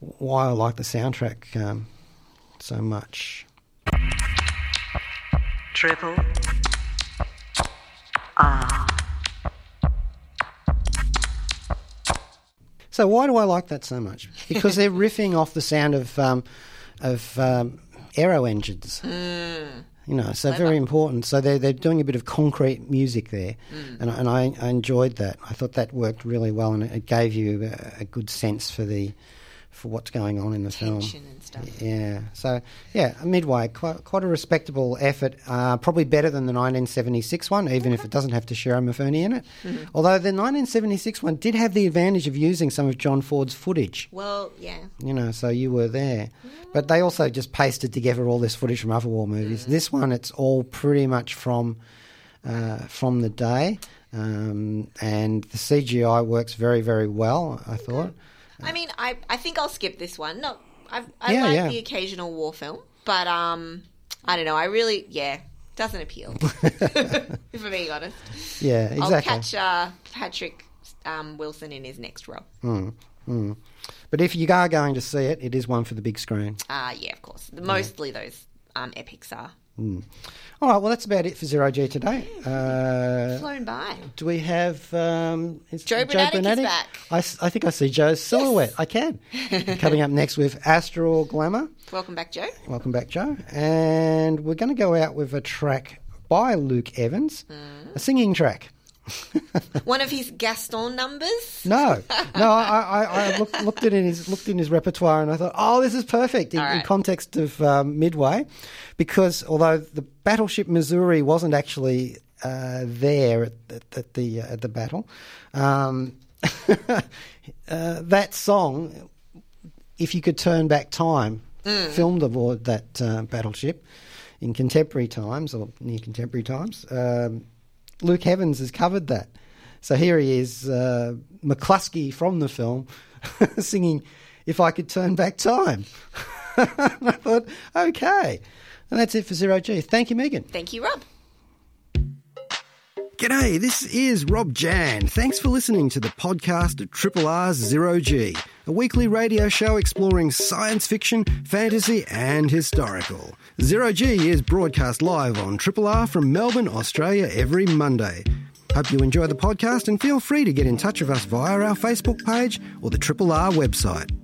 [SPEAKER 1] why I like the soundtrack um, so much.
[SPEAKER 7] Triple R.
[SPEAKER 1] So why do I like that so much? Because they're riffing off the sound of um, of um, aero engines. You know, so
[SPEAKER 5] Hmm. Clever.
[SPEAKER 1] very important. So they're, they're doing a bit of concrete music there,
[SPEAKER 5] Hmm.
[SPEAKER 1] and, and I, I enjoyed that. I thought that worked really well, and it, it gave you a, a good sense for the for what's going on in the
[SPEAKER 5] Tension
[SPEAKER 1] film.
[SPEAKER 5] and stuff.
[SPEAKER 1] Yeah. So yeah, Midway, quite, quite a respectable effort. Uh, probably better than the 1976 one, even if it doesn't have Tashira Mafuni in it.
[SPEAKER 5] Mm-hmm.
[SPEAKER 1] Although the 1976 one did have the advantage of using some of John Ford's footage
[SPEAKER 5] Well, yeah.
[SPEAKER 1] you know, so you were there. But they also just pasted together all this footage from other war movies.
[SPEAKER 5] Mm.
[SPEAKER 1] This one, it's all pretty much from uh, from the day, um, and the CGI works very, very well. I thought.
[SPEAKER 5] I mean, I, I think I'll skip this one. No, I, I
[SPEAKER 1] Yeah,
[SPEAKER 5] like
[SPEAKER 1] yeah.
[SPEAKER 5] the occasional war film, but um, I don't know. I really, yeah, doesn't appeal. if I'm being honest,
[SPEAKER 1] Yeah,
[SPEAKER 5] I'll
[SPEAKER 1] exactly.
[SPEAKER 5] catch uh, Patrick um, Wilson in his next role.
[SPEAKER 1] But if you are going to see it, it is one for the big screen.
[SPEAKER 5] Uh, yeah, of course. Mostly those um, epics are
[SPEAKER 1] All right, well, that's about it for Zero G today. Uh,
[SPEAKER 5] flown by.
[SPEAKER 1] do we have um, is
[SPEAKER 5] Joe Brunatic is back.
[SPEAKER 1] I, s- I think I see Joe's silhouette. I can. Coming up next with Astral Glamour.
[SPEAKER 5] Welcome back, Joe.
[SPEAKER 1] Welcome back, Joe. And we're going to go out with a track by Luke Evans,
[SPEAKER 5] Mm.
[SPEAKER 1] a singing track.
[SPEAKER 5] One of his Gaston numbers.
[SPEAKER 1] No, no, I, I, I looked, looked at in his looked in his repertoire and I thought, oh, this is perfect in,
[SPEAKER 5] All
[SPEAKER 1] in
[SPEAKER 5] right.
[SPEAKER 1] context of um, Midway, because although the battleship Missouri wasn't actually uh, there at, at, at the uh, at the battle, um, uh, that song, if you could turn back time, filmed aboard that uh, battleship in contemporary times or near contemporary times. Um, Luke Evans has covered that. So here he is, uh, McCluskey from the film, singing If I Could Turn Back Time. I thought, okay. And that's it for Zero G. Thank you, Megan.
[SPEAKER 5] Thank you, Rob.
[SPEAKER 1] G'day, this is Rob Jan. Thanks for listening to the podcast of Triple R's Zero G, a weekly radio show exploring science fiction, fantasy, and historical. Zero G is broadcast live on Triple R from Melbourne, Australia, every Monday. Hope you enjoy the podcast and feel free to get in touch with us via our Facebook page or the Triple R website.